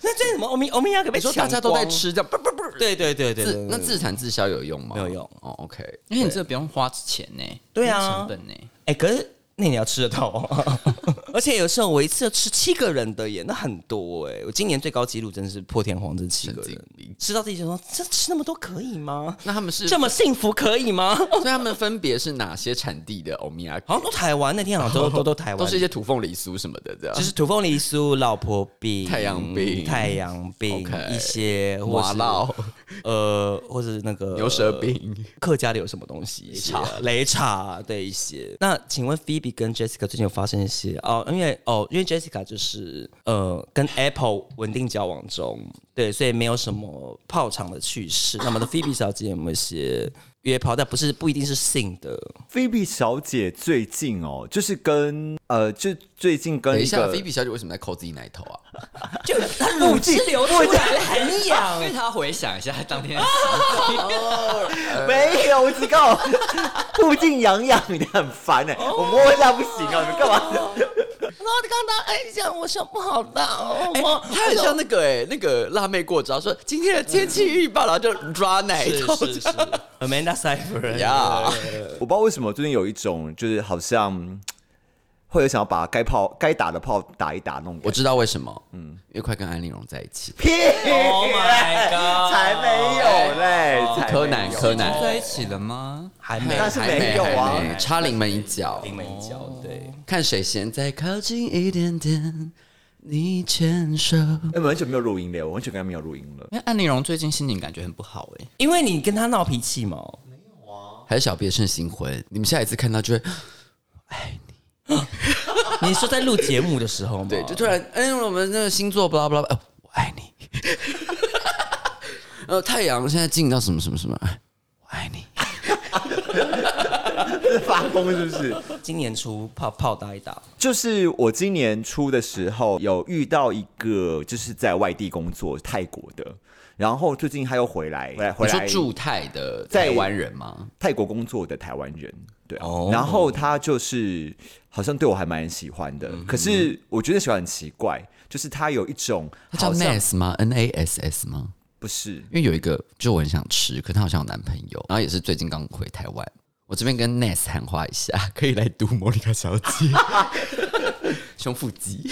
[SPEAKER 3] 那这什么欧米欧米亚给被
[SPEAKER 2] 你说大家都在，吃，这样不不不，
[SPEAKER 3] 对对对对对
[SPEAKER 2] 自
[SPEAKER 3] 对，
[SPEAKER 2] 那自产自销有用吗？
[SPEAKER 3] 没有用
[SPEAKER 2] 哦，OK。
[SPEAKER 4] 因为你这个不用花钱呢、
[SPEAKER 3] 对啊
[SPEAKER 4] 没成本 欸呢、
[SPEAKER 3] 哎、可是那你要吃得到、哦， 而且有时候我一次要吃七个人的耶，那很多哎、我今年最高纪录真是破天荒，这七个
[SPEAKER 2] 神经
[SPEAKER 3] 人，吃到自己就说这吃那么多可以吗？
[SPEAKER 2] 那他们是，
[SPEAKER 3] 这
[SPEAKER 2] 所
[SPEAKER 3] 么幸福可以吗？
[SPEAKER 2] 以他们分别是哪些产地的欧米亚？
[SPEAKER 3] 好像都台湾那天好像都 都都台湾，
[SPEAKER 2] 都是一些土凤梨酥什么的，这样。
[SPEAKER 3] 就是土凤梨酥、老婆饼、
[SPEAKER 2] 太阳饼
[SPEAKER 3] 太阳饼
[SPEAKER 2] OK
[SPEAKER 3] 一些或
[SPEAKER 2] 麻
[SPEAKER 3] 是
[SPEAKER 2] 辣哦
[SPEAKER 3] 呃，或者那个
[SPEAKER 2] 牛舌饼，
[SPEAKER 3] 客家的有什么东西？茶、擂茶对一些。那请问 Phoebe 跟 Jessica 最近有发生一些哦？因为哦，因为 Jessica 就是呃跟 Apple 稳定交往中，对，所以没有什么泡场的趣事。那么的 Phoebe 小姐有没有一些约炮？但不是不一定是性的，
[SPEAKER 5] 菲比小姐最近哦，就是跟呃，就最近跟
[SPEAKER 2] 等一
[SPEAKER 5] 一
[SPEAKER 2] 下，
[SPEAKER 5] 个
[SPEAKER 2] 菲比小姐为什么在抠自己奶 头啊？
[SPEAKER 3] 就她乳汁哦流出来了，很 痒
[SPEAKER 4] 因为。他回想一下当天，
[SPEAKER 5] 没有，我只告 我附近痒痒，你很烦哎、
[SPEAKER 3] 哦
[SPEAKER 5] 我摸一下不行啊，你们干嘛？
[SPEAKER 3] 然后刚刚哎讲我胸部好大哦，我
[SPEAKER 2] 她很像那个哎、那个辣妹过招说今天的天气预报，然后就抓奶头。
[SPEAKER 3] 是是是 Amanda Seyfried
[SPEAKER 2] 呀
[SPEAKER 5] 我不知道为什么最近有一种就是好像会有想要把该炮该打的炮打一打那种
[SPEAKER 2] 我
[SPEAKER 5] 感觉。
[SPEAKER 2] 知道为什么，嗯，因为快跟安陵容在一起。
[SPEAKER 5] 屁
[SPEAKER 3] Oh my god！
[SPEAKER 5] 才没有嘞，才没有
[SPEAKER 2] 柯南，柯南
[SPEAKER 4] 在一起了吗？
[SPEAKER 3] 还没
[SPEAKER 5] 但是没有
[SPEAKER 2] 还
[SPEAKER 5] 啊
[SPEAKER 2] 没。差临门一脚，
[SPEAKER 3] 临门一脚，对。
[SPEAKER 2] 看谁先再靠近一点点，你牵手。
[SPEAKER 5] 哎，完全没有录音了，我完全跟他没有录音了。
[SPEAKER 4] 因为安陵容最近心情感觉很不好哎、
[SPEAKER 3] 因为你跟他闹脾气嘛，
[SPEAKER 2] 欸还是小别胜新婚，你们下一次看到就会
[SPEAKER 3] 你说在录节目的时候吗？
[SPEAKER 2] 对，就突然哎，我们那个星座巴拉巴拉，哦，我爱你。 哦呃，太阳现在进到什么什么什么，哎我爱你。
[SPEAKER 5] 是 发疯是不是？
[SPEAKER 3] 今年初泡泡打一打，
[SPEAKER 5] 就是我今年初的时候有遇到一个就是在外地工作泰国的，然后最近他又回来，回来回
[SPEAKER 2] 你说
[SPEAKER 5] 来
[SPEAKER 2] 驻泰的
[SPEAKER 5] 在
[SPEAKER 2] 台湾人吗？
[SPEAKER 5] 泰国工作的台湾人，对啊、
[SPEAKER 3] 哦
[SPEAKER 5] 然后他就是好像对我还蛮喜欢的，可是我觉得喜欢很奇怪，就是他有一种
[SPEAKER 2] 他叫
[SPEAKER 5] 好像
[SPEAKER 2] Nass 吗？N A S S 吗？
[SPEAKER 5] 不是
[SPEAKER 2] 因为有一个，就我很想吃，可他好像有男朋友，然后也是最近刚回台湾。我这边跟 Ness 喊话一下， 可以来读莫妮卡小 姐，胸腹肌。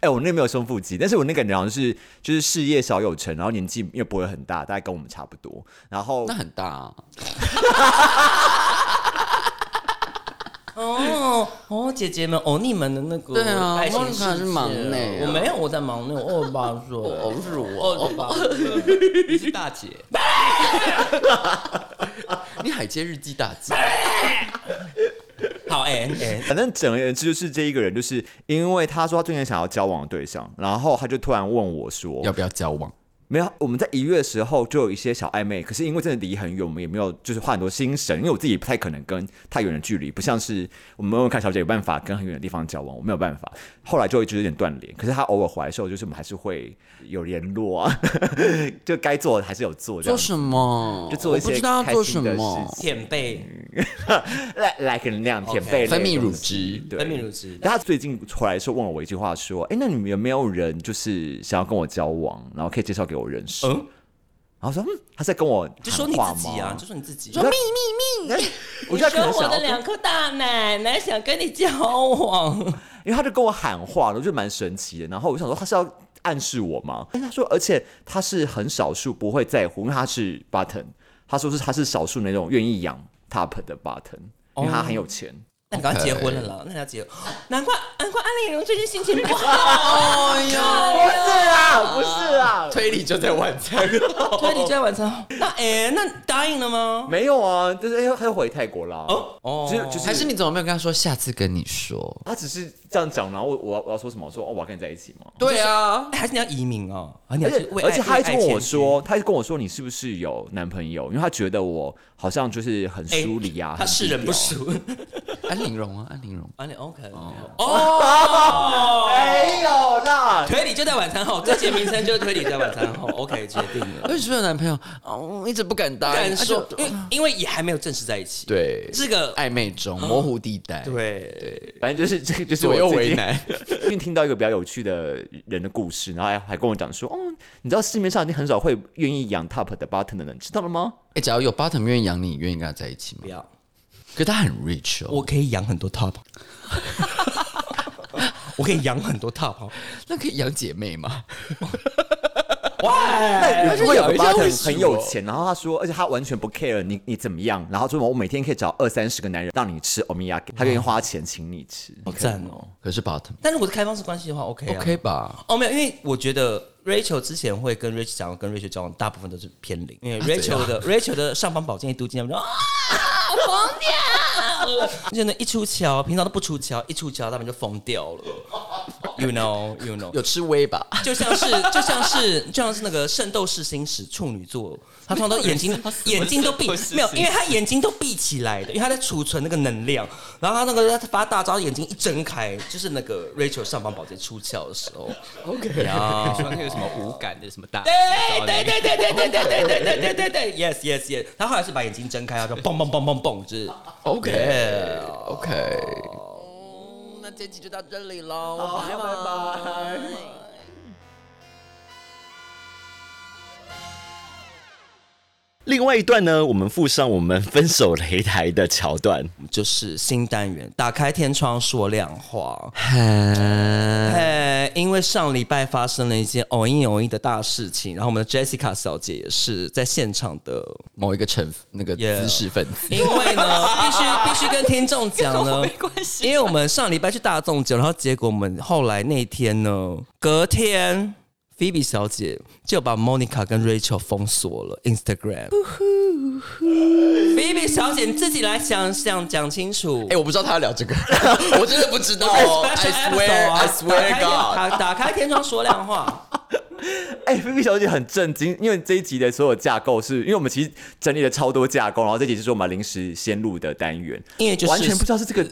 [SPEAKER 5] 哎、我那个没有胸腹肌，但是我那个感觉好像是就是事业小有成，然后年纪又不会很大，大概跟我们差不多。然后
[SPEAKER 2] 那很大、啊，
[SPEAKER 3] 哦 哦，姐姐们，哦你们的那个
[SPEAKER 2] 对啊
[SPEAKER 3] 爱情世界
[SPEAKER 2] 莫妮卡是忙内啊
[SPEAKER 3] 我没有我在忙内，我二八岁，
[SPEAKER 5] 哦
[SPEAKER 3] 我
[SPEAKER 2] 是我
[SPEAKER 3] 二八
[SPEAKER 4] 你是大姐，
[SPEAKER 2] 你海街日记大 姐，
[SPEAKER 3] 好哎哎，
[SPEAKER 5] 反正整而言之，就是这一个人，就是因为他说他最近想要交往的对象，然后他就突然问我说
[SPEAKER 2] 要不要交往？：“
[SPEAKER 5] 没有，我们在一月的时候就有一些小暧昧，可是因为真的离很远，我们也没有就是花很多心神，因为我自己不太可能跟太远的距离，不像是我们问问看小姐有办法跟很远的地方交往，我没有办法。后来就一直有点断联，可是他偶尔回来的时候，就是我们还是会有联络啊， 就该做的还是有做，这
[SPEAKER 2] 做
[SPEAKER 5] 样子
[SPEAKER 2] 什么？
[SPEAKER 5] 就做一些
[SPEAKER 2] 我不知道要做
[SPEAKER 5] 开心
[SPEAKER 2] 什
[SPEAKER 5] 的
[SPEAKER 2] 么
[SPEAKER 5] 事。情
[SPEAKER 3] 舔背
[SPEAKER 5] 来来可能那样舔背类的
[SPEAKER 2] 分泌乳
[SPEAKER 5] 东西
[SPEAKER 2] 汁
[SPEAKER 5] 对
[SPEAKER 3] 分泌乳汁，
[SPEAKER 5] 然后他最近回来的时候问了我一句话，说：“哎，那你们有没有人就是想要跟我交往，然后可以介绍给我认识？”
[SPEAKER 3] 嗯
[SPEAKER 5] 然后说：“嗯，他在跟我
[SPEAKER 3] 就说
[SPEAKER 5] 谈
[SPEAKER 3] 你
[SPEAKER 5] 话
[SPEAKER 3] 自己啊
[SPEAKER 5] 吗，
[SPEAKER 3] 就说你自己。
[SPEAKER 5] 我觉得他可能想要跟，
[SPEAKER 3] 颗大奶奶想跟你交往，
[SPEAKER 5] 因为他就跟我喊话了，我觉得蛮神奇的。然后我想说他是要暗示我吗？但他说，而且他是很少数不会在乎，因为他是 button，他说是他是少数那种愿意养 top 的 button，因为他很有钱。
[SPEAKER 3] 那你刚结婚了啦，那你要结，难怪难怪安陵容最近心情不好，哎
[SPEAKER 5] 不
[SPEAKER 3] 呀，
[SPEAKER 5] 是啊，不是啊，
[SPEAKER 2] 推理就在晚餐，
[SPEAKER 3] 所以你就在晚餐，哦那哎，那你答应了吗？
[SPEAKER 5] 没有啊，就是哎，他又回泰国啦。
[SPEAKER 3] 哦
[SPEAKER 5] 就是就是
[SPEAKER 2] 还是你怎么没有跟他说？下次跟你说。
[SPEAKER 5] 他只是这样讲，然后我我要我要说什么？我说哦，我要跟你在一起吗？
[SPEAKER 2] 对啊，
[SPEAKER 3] 哎还是你要移民哦，而
[SPEAKER 5] 而且而且他一直问我说，他一直跟我说你是不是有男朋友？因为他觉得我好像就是很疏离啊，
[SPEAKER 3] 他
[SPEAKER 5] 很
[SPEAKER 3] 是
[SPEAKER 5] 低
[SPEAKER 3] 人
[SPEAKER 5] 调
[SPEAKER 3] 不
[SPEAKER 5] 啊
[SPEAKER 3] 淑，
[SPEAKER 2] 安陵容啊，安陵容。
[SPEAKER 3] 安陵 OK，哦
[SPEAKER 5] 没有啦，
[SPEAKER 3] 推理就在晚餐 后，这节名称就是推理在晚餐后，OK 决定了，
[SPEAKER 2] 为什么有男朋友？哦，一直不敢答应。
[SPEAKER 3] 敢说
[SPEAKER 2] 啊就，
[SPEAKER 3] 因为因为也还没有正式在一起，，
[SPEAKER 2] 对，
[SPEAKER 3] 这个
[SPEAKER 2] 暧昧中模糊地带，
[SPEAKER 3] 对，
[SPEAKER 5] 反正就是这个就是
[SPEAKER 2] 左右
[SPEAKER 5] 我最
[SPEAKER 2] 为
[SPEAKER 5] 近
[SPEAKER 2] 难。
[SPEAKER 5] 最近听到一个比较有趣的人的故事，然后还还跟我讲说，哦，你知道市面上已经很少会愿意养 top 的 button 的人，知道了吗？
[SPEAKER 2] 哎，假如有 bottom 愿意养你，你愿意跟他在一起吗
[SPEAKER 3] 不？要，
[SPEAKER 2] 可他很 rich 哦，
[SPEAKER 3] 我可以养很多 top，我可以养很多 top，哦
[SPEAKER 2] 那可以养姐妹吗？
[SPEAKER 1] 哎
[SPEAKER 5] 那如果有个
[SPEAKER 2] 有一些会
[SPEAKER 5] button
[SPEAKER 2] 数
[SPEAKER 5] 很有钱，然后他说，而且他完全不 care 你你怎么样，然后说哦我每天可以找二三十个男人让你吃哦欧米亚，他愿意花钱请你吃，
[SPEAKER 3] 好赞哦。
[SPEAKER 2] 可是 bottom
[SPEAKER 3] 但如果是开放式关系的话，OK 啊
[SPEAKER 2] OK 吧？
[SPEAKER 3] 哦，没有，因为我觉得 Rachel 之前会跟 Rachel 讲，跟 Rachel 交往，大部分都是偏零，因为 Rachel 的 Rachel 的上方宝剑一嘟进来，我就啊， 疯掉！真的，一出桥，平常都不出桥，一出桥他们就疯掉了。You know, you know，
[SPEAKER 2] 有吃微 吧？
[SPEAKER 3] 就像是就像是就像是那个《圣斗士星矢》处女座，他通常都眼睛眼睛都闭，没有，因为他眼睛都闭起来的，因为他在储存那个能量。然后他那个他发大招，眼睛一睁开，就是那个 Rachel 上方宝剑出鞘的时候。OK 呀，
[SPEAKER 4] 说那个什么无感的什么 大，
[SPEAKER 3] 哎对对对对对对对对对对对对对，yes yes yes。他后来是把眼睛睁开，然后就蹦蹦蹦蹦蹦，就是
[SPEAKER 2] OK
[SPEAKER 3] Yeah
[SPEAKER 2] OK，
[SPEAKER 3] 那这集就到这里
[SPEAKER 2] 哦
[SPEAKER 3] 喽，拜拜。
[SPEAKER 1] 另外一段呢，我们附上我们分手擂台的桥段。
[SPEAKER 3] 就是新单元，打开天窗说亮话。哎，因为上礼拜发生了一件偶一偶一的大事情，然后我们的 Jessica 小姐也是在现场的。
[SPEAKER 2] 某一个成那个
[SPEAKER 3] Yeah
[SPEAKER 2] 知识分子。
[SPEAKER 3] 因为 呢，必须必须跟听众讲呢，因为我们上礼拜去大众酒，然后结果我们后来那天呢，隔天 Phoebe 小姐就把 Monica 跟 Rachel 封锁了 Instagram。Phoebe 小姐你自己来想想讲清楚。
[SPEAKER 2] 哎、我不知道他要聊这 个，我真的不知道哦。I
[SPEAKER 3] Special
[SPEAKER 2] swear, I
[SPEAKER 3] episode 啊
[SPEAKER 2] swear
[SPEAKER 3] 打
[SPEAKER 2] God，
[SPEAKER 3] 开打打开天窗说亮话。
[SPEAKER 5] 哎、哎、菲菲小姐很震惊，因为这一集的所有架构是，因为我们其实整理了超多架构，然后这集就是我们临时先录的单元，
[SPEAKER 3] 因为就是
[SPEAKER 5] 完全不知道是这个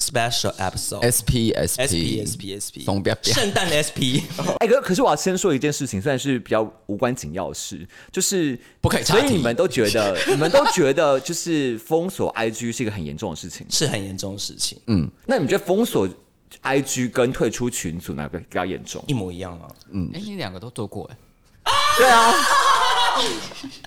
[SPEAKER 3] special episode。
[SPEAKER 2] SP
[SPEAKER 3] SP SP SP，
[SPEAKER 2] 疯飙飙
[SPEAKER 3] 圣诞 SP，
[SPEAKER 5] 哎、可可是我要先说一件事情，虽然是比较无关紧要的事，就是
[SPEAKER 2] 不可以
[SPEAKER 5] 所
[SPEAKER 2] 岔
[SPEAKER 5] 以
[SPEAKER 2] 题
[SPEAKER 5] 你们都觉得，你们都觉得就是封锁 IG 是一个很严重的事情。
[SPEAKER 3] 是很严重的事情，
[SPEAKER 2] 嗯
[SPEAKER 5] 那你们觉得封锁 IG 跟退出群组哪个比较严重？
[SPEAKER 3] 一模一样啊吗？
[SPEAKER 4] 哎、你两个都做过哎、
[SPEAKER 5] 对啊，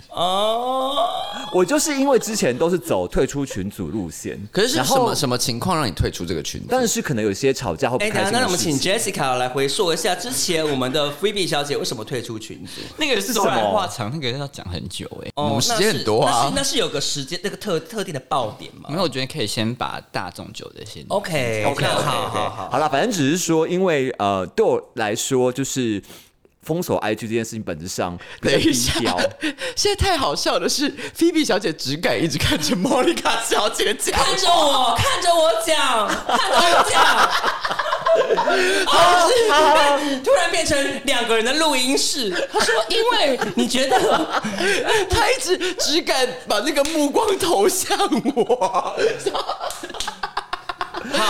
[SPEAKER 3] 哦，
[SPEAKER 5] 我就是因为之前都是走退出群组路线，
[SPEAKER 2] 可是是
[SPEAKER 5] 然
[SPEAKER 2] 什
[SPEAKER 5] 后
[SPEAKER 2] 么什么情况让你退出这个群组？
[SPEAKER 5] 但是可能有些吵架或不
[SPEAKER 3] 哎，
[SPEAKER 5] 开
[SPEAKER 3] 那
[SPEAKER 5] 心的
[SPEAKER 3] 那我们
[SPEAKER 5] 事
[SPEAKER 3] 请
[SPEAKER 5] 情。
[SPEAKER 3] Jessica 来回溯一下之前我们的 Phoebe 小姐为什么退出群组？哦
[SPEAKER 4] 那个是
[SPEAKER 5] 什么
[SPEAKER 4] 说来话长，那个要讲很久哎、
[SPEAKER 2] 我们时间很多啊
[SPEAKER 3] 那是那是有个时间那个特特定的爆点吗
[SPEAKER 4] 没有，我觉得可以先把大众酒的先
[SPEAKER 3] ？OK OK，好好好，
[SPEAKER 5] 好啦，反正只是说，因为呃，对我来说就是。封锁 IG 这件事情本质上比较
[SPEAKER 2] 等
[SPEAKER 5] 低
[SPEAKER 2] 一下
[SPEAKER 5] 调，
[SPEAKER 2] 现在太好笑的是，菲比小姐只敢一直看着莫妮卡小姐 讲，
[SPEAKER 3] 看着我，看着我讲，看着我讲。好，突然变成两个人的录音室。他说：“因为你觉得
[SPEAKER 2] 她一直只敢把那个目光投向我。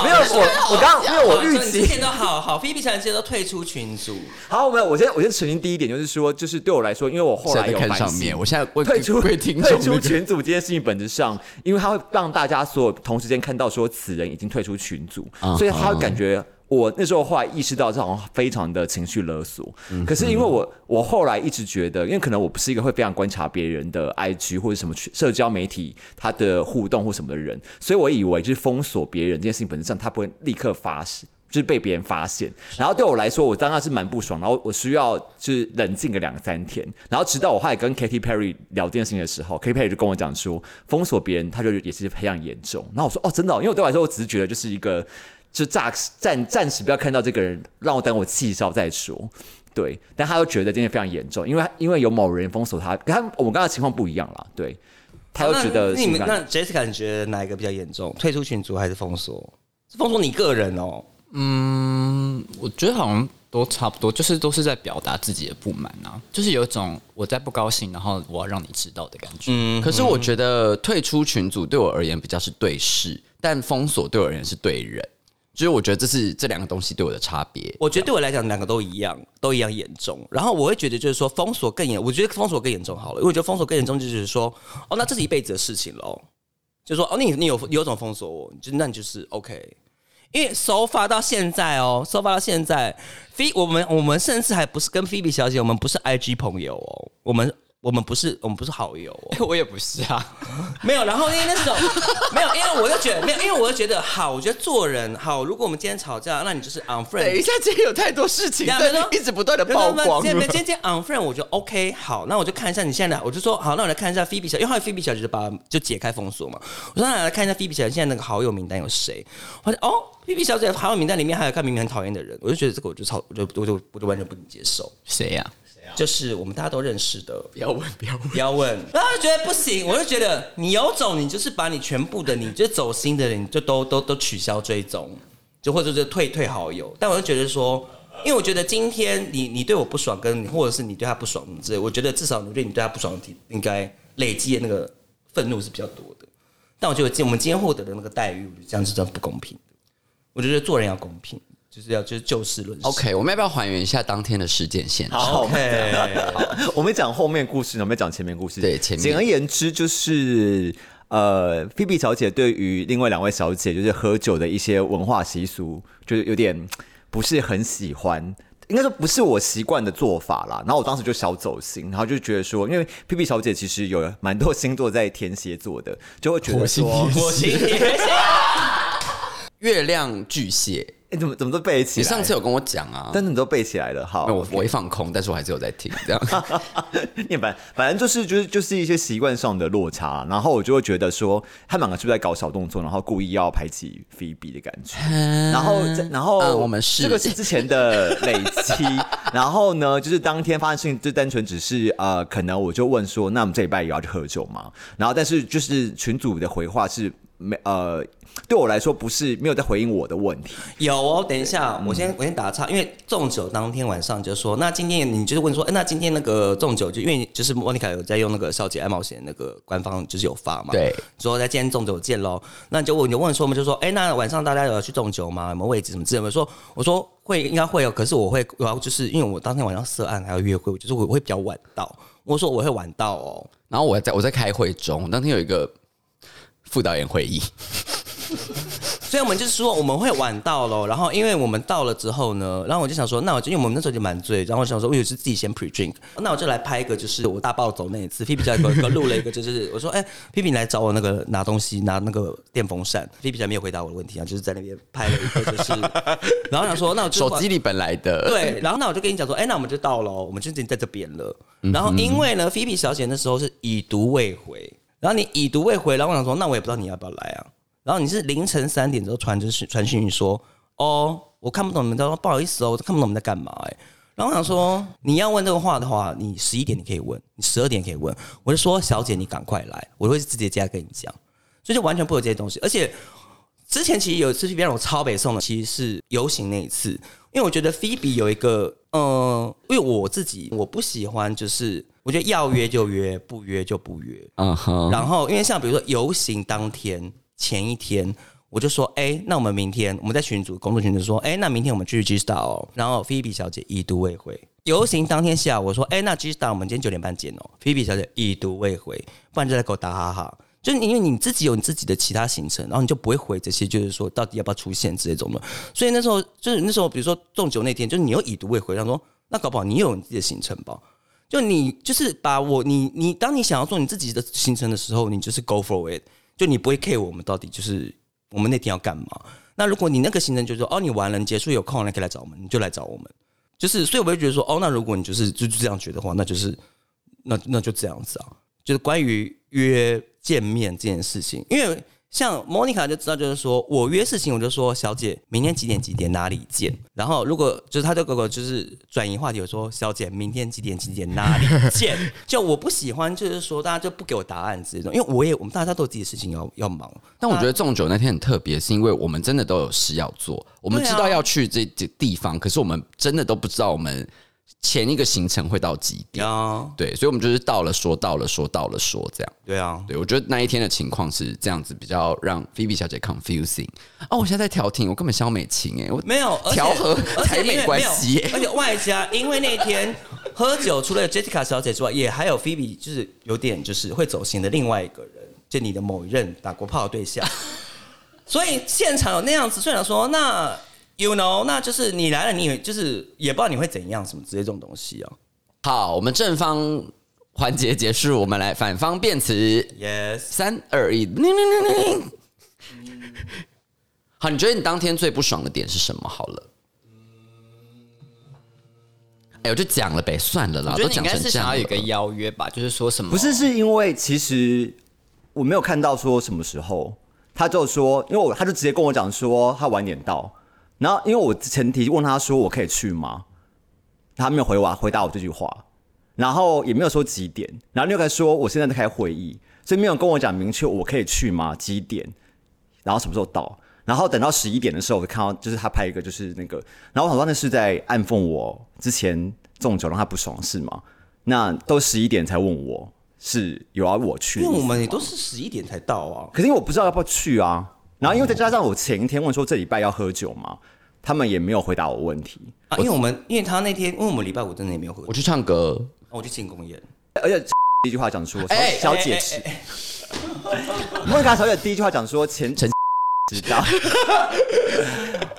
[SPEAKER 5] 没有我我刚因为我预
[SPEAKER 3] 你
[SPEAKER 5] 期
[SPEAKER 3] 之前都 好好，P B 小姐今天都退出群组，
[SPEAKER 5] 好，没有，我先我先澄清第一点，就是说，就是对我来说，因为我后来有
[SPEAKER 2] 现在在看
[SPEAKER 5] 反省
[SPEAKER 2] 上面我现在为
[SPEAKER 5] 退出
[SPEAKER 2] 为听众
[SPEAKER 5] 退出
[SPEAKER 2] 那个
[SPEAKER 5] 群组这件事情本质上，因为他会让大家所有同时间看到说此人已经退出群组，
[SPEAKER 2] 啊
[SPEAKER 5] 所以他会感觉。我那时候后来意识到，这好像非常的情绪勒索。
[SPEAKER 2] 嗯
[SPEAKER 5] 可是因为我我后来一直觉得，因为可能我不是一个会非常观察别人的 IG 或者什么群社交媒体他的互动或什么的人，所以我以为就是封锁别人这件事情本质上，他不会立刻发就是被别人发现，然后对我来说，我当时是蛮不爽，然后我需要就是冷静个两三天，然后直到我后来跟 Katy Perry 聊这件事情的时候，Katy Perry 就跟我讲说，封锁别人，他就也是非常严重。然后我说哦，真的哦、因为我对我来说，我只是觉得就是一个，就暂暂暂时不要看到这个人，让我等我气消再说。对，但他又觉得这件非常严重，因为他因为有某人封锁他，跟他我们刚才情况不一样啦，对，他又觉得
[SPEAKER 3] 那
[SPEAKER 5] 是
[SPEAKER 3] 你们
[SPEAKER 5] 非常
[SPEAKER 3] 那 Jessica 你觉得哪一个比较严重？退出群组还是封锁？是封锁你个人哦。
[SPEAKER 4] 嗯，我觉得好像都差不多，就是都是在表达自己的不满啊，就是有一种我在不高兴，然后我要让你知道的感觉。
[SPEAKER 2] 嗯可是我觉得退出群组对我而言比较是对事，但封锁对我而言是对人。就是我觉得这是这两个东西对我的差别。
[SPEAKER 3] 我觉得对我来讲，两个都一样，都一样严重。然后我会觉得，就是说封锁更严，我觉得封锁更严重好了，因为我觉得封锁更严重，就是说，哦，那这是一辈子的事情喽。就说，哦，你你有有种封锁我，就那你就是 OK。因为收发到现在哦，收发到现在，菲我们我们甚至还不是跟菲比小姐，我们不是 IG 朋友哦，我们我们不是我们不是好友哦，
[SPEAKER 4] 我也不是啊，
[SPEAKER 3] 没有，然后因为那时候没有，因为我就觉得没有，因为我就觉得好，我觉得做人好。如果我们今天吵架，那你就是 unfriend，
[SPEAKER 2] 等哎一下，今天有太多事情
[SPEAKER 3] 两个
[SPEAKER 2] 在
[SPEAKER 3] 都
[SPEAKER 2] 一直不断的曝 光啊
[SPEAKER 3] 今
[SPEAKER 2] 了
[SPEAKER 3] 天。今天 unfriend，我就 OK 好，那我就看一下你现在的，我就说好，那我来看一下 Phoebe 小姐，因为后来 Phoebe 小姐就把就解开封锁嘛。我说那来看一下 Phoebe 小姐现在那个好友名单有谁？我说哦，Phoebe 小姐好友名单里面还有看明明很讨厌的人，我就觉得这个我就超，我就我就我就完全不能接受，
[SPEAKER 4] 谁啊呀、
[SPEAKER 3] 就是我们大家都认识的。
[SPEAKER 2] 不要问，不要问。
[SPEAKER 3] 不要问， 然后就觉得不行，我就觉得你有种，你就是把你全部的，你就走心的人，你就都都都取消追踪，就或者是退退好友。但我就觉得说，因为我觉得今天你你对我不爽，跟你或者是你对他不爽之类，我觉得至少你对你对他不爽，应该累积的那个愤怒是比较多的。但我觉得今我们今天获得的那个待遇，我觉得这样是真的不公平的。我觉得做人要公平，就是要就是就事论事。
[SPEAKER 2] OK，我们要不要还原一下当天的事件现场？
[SPEAKER 5] 好
[SPEAKER 3] OK，
[SPEAKER 5] 我们讲后面故事呢，我们讲前面故事。
[SPEAKER 2] 对前面
[SPEAKER 5] 简而言之就是。呃，菲比小姐对于另外两位小姐，就是喝酒的一些文化习俗，就是有点不是很喜欢，应该说不是我习惯的做法啦。然后我当时就小走心，然后就觉得说，因为菲比小姐其实有蛮多星座在天蝎座的，就会觉得说，
[SPEAKER 3] 我请你。
[SPEAKER 2] 月亮巨蟹，
[SPEAKER 5] 哎，怎么怎么都背起
[SPEAKER 2] 你
[SPEAKER 5] 来？
[SPEAKER 2] 上次有跟我讲啊，
[SPEAKER 5] 但是你都背起来了，好，
[SPEAKER 2] 没有我我一放空，但是我还是有在听这样。
[SPEAKER 5] 也反反正就是就是就是一些习惯上的落差，啊然后我就会觉得说他们两个是不是在搞小动作，然后故意要排挤菲比的感觉，然后这然后、
[SPEAKER 2] 嗯我们是
[SPEAKER 5] 这个是之前的累积，然后呢就是当天发生事情就单纯只是呃可能我就问说那我们这礼拜也要去喝酒吗？然后但是就是群组的回话是。没呃，对我来说不是没有在回应我的问题。
[SPEAKER 3] 有哦，等一下，我先我先打岔，因为纵酒当天晚上就说，那今天你就是问说，哎，那今天那个纵酒就因为就是莫妮卡有在用那个少姐爱冒险那个官方就是有发嘛，
[SPEAKER 2] 对，
[SPEAKER 3] 说在今天纵酒见喽，那你就问你就问说，我们就说，哎，那晚上大家有要去纵酒吗？有没有位置什么之类的？我说我说会应该会哦有，可是我会我要就是因为我当天晚上涉案还要约会，我就是我会比较晚到，我说我会晚到哦，
[SPEAKER 2] 然后我在我在开会中，当天有一个副导演会议，
[SPEAKER 3] 所以我们就是说我们会晚到咯，然后因为我们到了之后呢，然后我就想说，那我就因为我们那时候就蛮醉，然后我想说，哦我有是自己先 pre drink，那我就来拍一个，就是我大暴走那一次，P P 在哥哥录了一个，就是我说，哎、p P 你来找我那个拿东西拿那个电风扇，P P 才没有回答我的问题啊，就是在那边拍了一个，就是，然后想说，那我就
[SPEAKER 2] 手机里本来的，
[SPEAKER 3] 对，然后那我就跟你讲说，哎、那我们就到了哦，我们就已经在这边了。然后因为呢，菲比小姐那时候是已读未回，然后你已读未回，然后我想说，那我也不知道你要不要来啊。然后你是凌晨三点之后传就是传讯息说，哦，我看不懂你们在说，不好意思哦，我看不懂你们在干嘛哎、然后我想说，你要问这个话的话，你十一点你可以问，你十二点可以问。我就说，小姐你赶快来，我会直接这样跟你讲，所以就完全不会有这些东西，而且。之前其实有一次去让我超北宋的，其实是游行那一次，因为我觉得菲比有一个，呃，因为我自己我不喜欢，就是我觉得要约就约，不约就不约。
[SPEAKER 2] 嗯哼，
[SPEAKER 3] 然后因为像比如说游行当天前一天，我就说，哎、那我们明天我们在群组工作群组说，哎、那明天我们去 G Star 哦。然后菲比小姐已读未回。游行当天下午，我说，哎、那 G Star 我们今天九点半见哦。菲比小姐已读未回，不然就在给我打哈哈。就是因为你自己有你自己的其他行程，然后你就不会回这些，就是说到底要不要出现之类这种的。所以那时候就是那时候，比如说中九那天，就是你又已读未回，他说那搞不好你也有你自己的行程吧。就你就是把我你你，当你想要做你自己的行程的时候，你就是 go for it，就你不会 care 我们到底就是我们那天要干嘛。那如果你那个行程就是说哦，你完了，你结束有空了，你可以来找我们，你就来找我们。就是所以我会觉得说哦，那如果你就是就就这样觉得的话，那就是那那就这样子啊。就是关于约见面这件事情，因为像 Monica 就知道，就是说我约事情，我就说小姐明天几点几点哪里见，然后如果就是他就给我就是转移话题，我说小姐明天几点几点哪里见，就我不喜欢就是说大家就不给我答案之类的，因为我也我们大家都有自己的事情要要忙，
[SPEAKER 2] 但我觉得纵酒那天很特别，是因为我们真的都有事要做，我们
[SPEAKER 3] 对啊
[SPEAKER 2] 知道要去这这地方，可是我们真的都不知道我们前一个行程会到几点。
[SPEAKER 3] 啊，
[SPEAKER 2] 对，所以我们就是到了说，到了说，到了说这样。
[SPEAKER 3] 对啊，
[SPEAKER 2] 对我觉得那一天的情况是这样子，比较让 Phoebe 小姐 confusing。哦，我现在在调停，我根本肖美琴哎、我
[SPEAKER 3] 没有而且
[SPEAKER 2] 调和
[SPEAKER 3] 而且
[SPEAKER 2] 台
[SPEAKER 3] 因为
[SPEAKER 2] 美关系
[SPEAKER 3] 没有
[SPEAKER 2] 耶、
[SPEAKER 3] 而且外加因为那天喝酒，除了 Jessica 小姐之外，也还有 Phoebe，就是有点就是会走心的另外一个人，就你的某一任打过炮的对 象。所以现场有那样子，虽然说那 you know，那就是你来了，你也就是也不知道你会怎样什么之类这种东西啊。
[SPEAKER 2] 好，我们正方环节结束，我们来反方辩词。
[SPEAKER 3] Yes，
[SPEAKER 2] 三二一，铃铃铃铃铃。 好，你觉得你当天最不爽的点是什么？好了，哎、我就讲了呗，算了啦，
[SPEAKER 4] 我觉
[SPEAKER 2] 都
[SPEAKER 4] 得你
[SPEAKER 2] 讲
[SPEAKER 4] 应该
[SPEAKER 2] 成
[SPEAKER 4] 是
[SPEAKER 2] 这
[SPEAKER 4] 想
[SPEAKER 2] 样
[SPEAKER 4] 要有一个
[SPEAKER 2] 了。
[SPEAKER 4] 邀约吧，就是说什么
[SPEAKER 5] 不是，是因为其实我没有看到说什么时候，他就说，因为我他就直接跟我讲说他晚点到，然后因为我前提问他说我可以去吗，他没有回我回答我这句话，然后也没有说几点，然后又该说我现在在开会议，所以没有跟我讲明确我可以去吗？几点？然后什么时候到？然后等到十一点的时候，我就看到就是他拍一个就是那个，然后我想说那是在暗讽我之前中酒让他不爽是吗？那都十一点才问我是有要我去
[SPEAKER 3] 因
[SPEAKER 5] 的意
[SPEAKER 3] 为
[SPEAKER 5] 思吗，
[SPEAKER 3] 我们也都是十一点才到啊。
[SPEAKER 5] 可是因为我不知道要不要去啊，然后因为再加上我前一天问说这礼拜要喝酒吗？他们也没有回答我问题，
[SPEAKER 3] 啊，因为我们因为他那天，因为我们礼拜五真的也没有回
[SPEAKER 2] 我，去唱歌，
[SPEAKER 3] 我去庆功宴。
[SPEAKER 5] 而且第一句话讲说小
[SPEAKER 2] 哎
[SPEAKER 5] 小姐是，莫卡小姐第一句话讲说前陈
[SPEAKER 2] 陈
[SPEAKER 5] 迟到，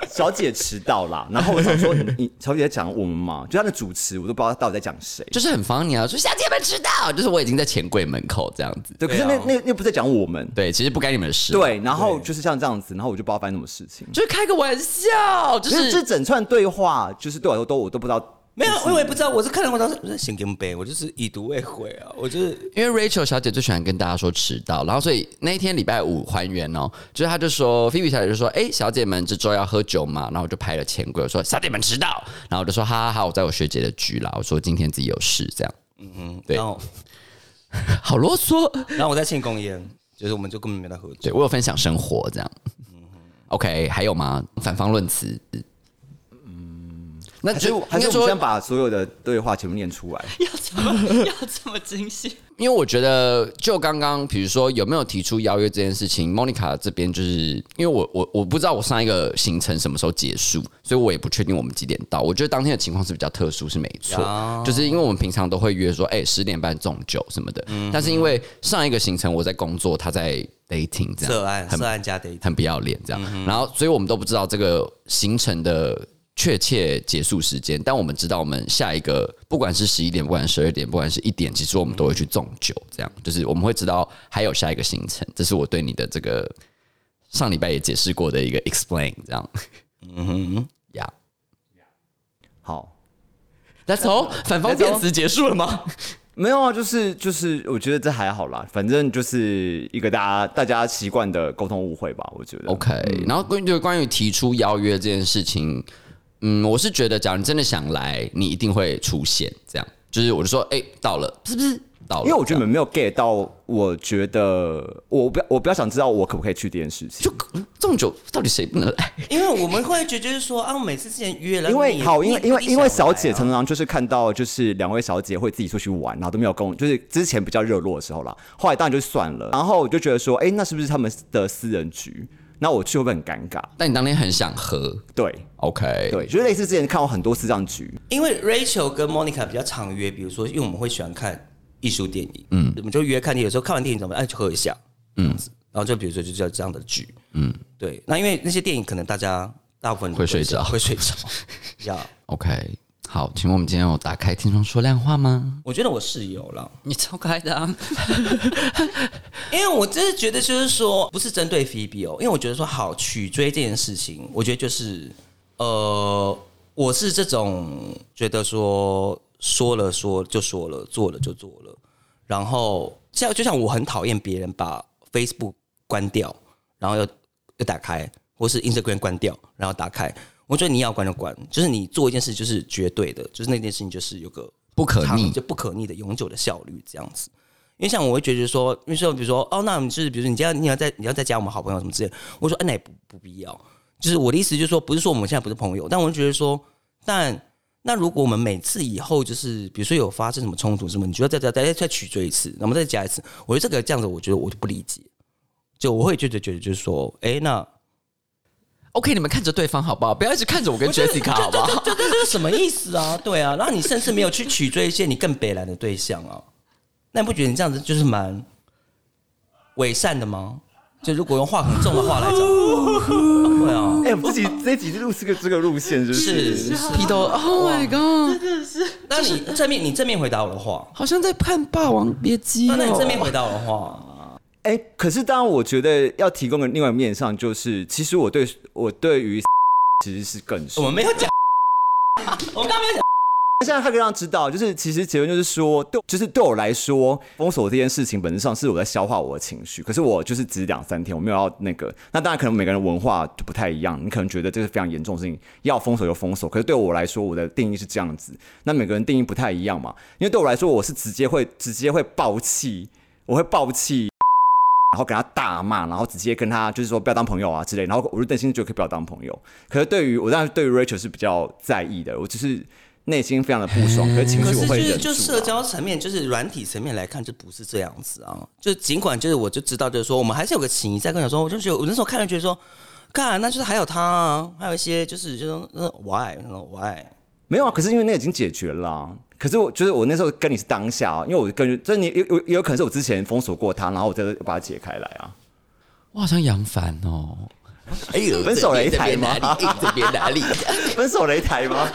[SPEAKER 5] 小姐迟到啦。然后我想说你你小姐在讲我们嘛，就她的主持我都不知道她到底在讲谁。
[SPEAKER 2] 就是很烦你啊，说小姐们迟到，就是我已经在钱柜门口这样子。
[SPEAKER 5] 对，可是那那那不是在讲我们，
[SPEAKER 2] 对，其实不干你们的事。，
[SPEAKER 5] 对。然后就是像这样子，然后我就不知道发生什么事情。
[SPEAKER 2] 就是开个玩笑，就
[SPEAKER 5] 其实
[SPEAKER 2] 是
[SPEAKER 5] 这整串对话，就是对我来说都我都不知道
[SPEAKER 3] 没有，我也不知道，我是看了我当时我在先给你杯，我就是已读未回啊，我就是
[SPEAKER 2] 因为 Rachel 小姐最喜欢跟大家说迟到，然后所以那一天礼拜五还原哦，就是她就说菲比小姐就说，哎、小姐们这周要喝酒嘛，然后我就拍了钱柜，我说小姐们迟到，然后我就说哈哈哈，我在我学姐的局啦，我说今天自己有事这样，
[SPEAKER 3] 嗯，
[SPEAKER 2] 对
[SPEAKER 3] 然后
[SPEAKER 2] 好啰嗦，
[SPEAKER 3] 然后我在庆功宴，就是我们就根本没在合
[SPEAKER 2] 对
[SPEAKER 3] 作。
[SPEAKER 2] 我有分享生活这样。OK，还有吗？反方论词，嗯，那
[SPEAKER 5] 嗯还是
[SPEAKER 2] 就
[SPEAKER 5] 还是
[SPEAKER 2] 应该
[SPEAKER 5] 我们
[SPEAKER 2] 说
[SPEAKER 5] 先把所有的对话全部念出来。
[SPEAKER 4] 要这么要这么精细？
[SPEAKER 2] 因为我觉得，就刚刚比如说有没有提出邀约这件事情，Monica 这边就是因为我我我不知道我上一个行程什么时候结束，所以我也不确定我们几点到。我觉得当天的情况是比较特殊，是没错，就是因为我们平常都会约说，哎、十点半纵酒什么的，
[SPEAKER 3] 嗯
[SPEAKER 2] 但是因为上一个行程我在工作，他在 dating 这样，
[SPEAKER 3] 涉案
[SPEAKER 2] 很
[SPEAKER 3] 涉案加 d a
[SPEAKER 2] 很不要脸这样。然后，所以我们都不知道这个行程的确切结束时间，但我们知道我们下一个不管是十一点，不管是十二点，不管是一点，其实我们都会去纵酒，这样就是我们会知道还有下一个行程。这是我对你的这个上礼拜也解释过的一个 explain 这样。嗯哼呀。
[SPEAKER 5] 好，
[SPEAKER 2] That's all，反方辩词结束了吗？
[SPEAKER 5] 没有啊，就是就是，我觉得这还好啦，反正就是一个大家大家习惯的沟通误会吧，我觉得。
[SPEAKER 2] OK，、然后关于就关于提出邀约这件事情，嗯，我是觉得，假如你真的想来，你一定会出现。这样，就是我就说，哎、到了，是不是到了？
[SPEAKER 5] 因为我觉得你
[SPEAKER 2] 这样
[SPEAKER 5] 们没有 get 到，我觉得我不要我不要想知道我可不可以去这件事情，
[SPEAKER 2] 就嗯这么久，到底谁不能来？
[SPEAKER 3] 因为我们会觉得就是说啊，我每次之前约了，
[SPEAKER 5] 因为
[SPEAKER 3] 你
[SPEAKER 5] 好，因为
[SPEAKER 3] 你
[SPEAKER 5] 因为
[SPEAKER 3] 你
[SPEAKER 5] 因为
[SPEAKER 3] 想
[SPEAKER 5] 小
[SPEAKER 3] 来
[SPEAKER 5] 姐
[SPEAKER 3] 啊
[SPEAKER 5] 常常就是看到就是两位小姐会自己出去玩，然后都没有跟我，就是之前比较热络的时候啦，后来当然就算了，然后我就觉得说，哎、那是不是他们的私人局？那我去会不会很尴尬？
[SPEAKER 2] 但哎你当天很想喝
[SPEAKER 5] 对
[SPEAKER 2] ，OK？
[SPEAKER 5] 对，就是类似之前看过很多私障局，
[SPEAKER 3] 因为 Rachel 跟 Monica 比较常约，比如说，因为我们会喜欢看艺术电影，嗯，我们就约看电影，有时候看完电影怎么哎去喝一下，嗯，然后就比如说就叫这样的剧，嗯，对。那因为那些电影可能大家大部分
[SPEAKER 2] 会睡着
[SPEAKER 3] 会睡着。 呀，
[SPEAKER 2] ，OK。好，请问我们今天有打开听众说亮话吗？
[SPEAKER 3] 我觉得我室友了，
[SPEAKER 4] 你超开的、啊，
[SPEAKER 3] 因为我真的觉得就是说，不是针对 Phoebe 哦，因为我觉得说好取追这件事情，我觉得就是呃，我是这种觉得说说了说就说了，做了就做了，然后像就像我很讨厌别人把 Facebook 关掉，然后又又打开，或是 Instagram 关掉，然后打开。我觉得你要关就关，就是你做一件事就是绝对的，就是那件事情就是有个
[SPEAKER 2] 不可
[SPEAKER 3] 长
[SPEAKER 2] 逆
[SPEAKER 3] 就不可逆的永久的效率这样子。因为像我会觉得说，因为说比如说哦，那我们就是比如说你这样你要在你要再加我们好朋友什么之类的，我说哎、那也不不必要。就是我的意思就是说，不是说我们现在不是朋友，但我就觉得说，但那如果我们每次以后就是比如说有发生什么冲突什么，你就要再再再再取追一次，那么再加一次，我觉得这个这样子，我觉得我就不理解。就我会觉得觉得就是说，哎、那
[SPEAKER 2] OK，你们看着对方好不好？不要一直看着我跟 Jessica 好不 好？
[SPEAKER 3] 这这这是什么意思啊？对啊，然后你甚至没有去取追一些你更北蓝的对象啊，那你不觉得你这样子就是蛮伪善的吗？就如果用话很重的话来讲，对啊，
[SPEAKER 5] 哎、我们自己这几路是个这个路线，就是
[SPEAKER 3] 是。啊
[SPEAKER 2] 批斗，Oh my God，
[SPEAKER 3] 那你正面你正面回答我的话，
[SPEAKER 2] 好哦像在看《霸王别姬》
[SPEAKER 3] 那
[SPEAKER 2] 哦。
[SPEAKER 3] 那你正面回答我的话，
[SPEAKER 5] 哎、可是当然，我觉得要提供的另外一个面上就是，其实我对我对于 其实是更
[SPEAKER 3] 我
[SPEAKER 5] 熟。
[SPEAKER 3] 们没有讲， 我们刚刚没有讲。
[SPEAKER 5] 现在他可以让知道，就是其实结论就是说，对，就是对我来说，封锁这件事情本质上是我在消化我的情绪。可是我就是只两三天，我没有要那个。那当然，可能每个人文化就不太一样，你可能觉得这是非常严重的事情，要封锁就封锁。可是对我来说，我的定义是这样子。那每个人定义不太一样嘛，因为对我来说，我是直接会直接会爆气，我会爆气。然后给他大骂，然后直接跟他就是说不要当朋友啊之类，然后我就内心就可以不要当朋友。可是对于我当然对于 Rachel 是比较在意的，我就是内心非常的不爽，可是情
[SPEAKER 3] 嗯可
[SPEAKER 5] 绪
[SPEAKER 3] 是
[SPEAKER 5] 我
[SPEAKER 3] 就
[SPEAKER 5] 会
[SPEAKER 3] 是
[SPEAKER 5] 忍
[SPEAKER 3] 就
[SPEAKER 5] 住啊、
[SPEAKER 3] 社交层面，就是软体层面来看，就不是这样子啊。就尽管就是我就知道，就是说我们还是有个情谊在。跟你说，我就觉得我那时候看了觉得说，干，那就是还有他啊，还有一些就是就是那 why 那种 why。
[SPEAKER 5] 没有啊，可是因为那已经解决了啊、可是我就是我那时候跟你是当下、啊，因为我跟你就是你有有也有可能是我之前封锁过他，然后我再把它解开来啊。
[SPEAKER 2] 我好像杨凡哦。哎呦
[SPEAKER 5] 分手擂台吗
[SPEAKER 2] 这边哪 里？哎这边哪里？
[SPEAKER 5] 分手擂台 吗？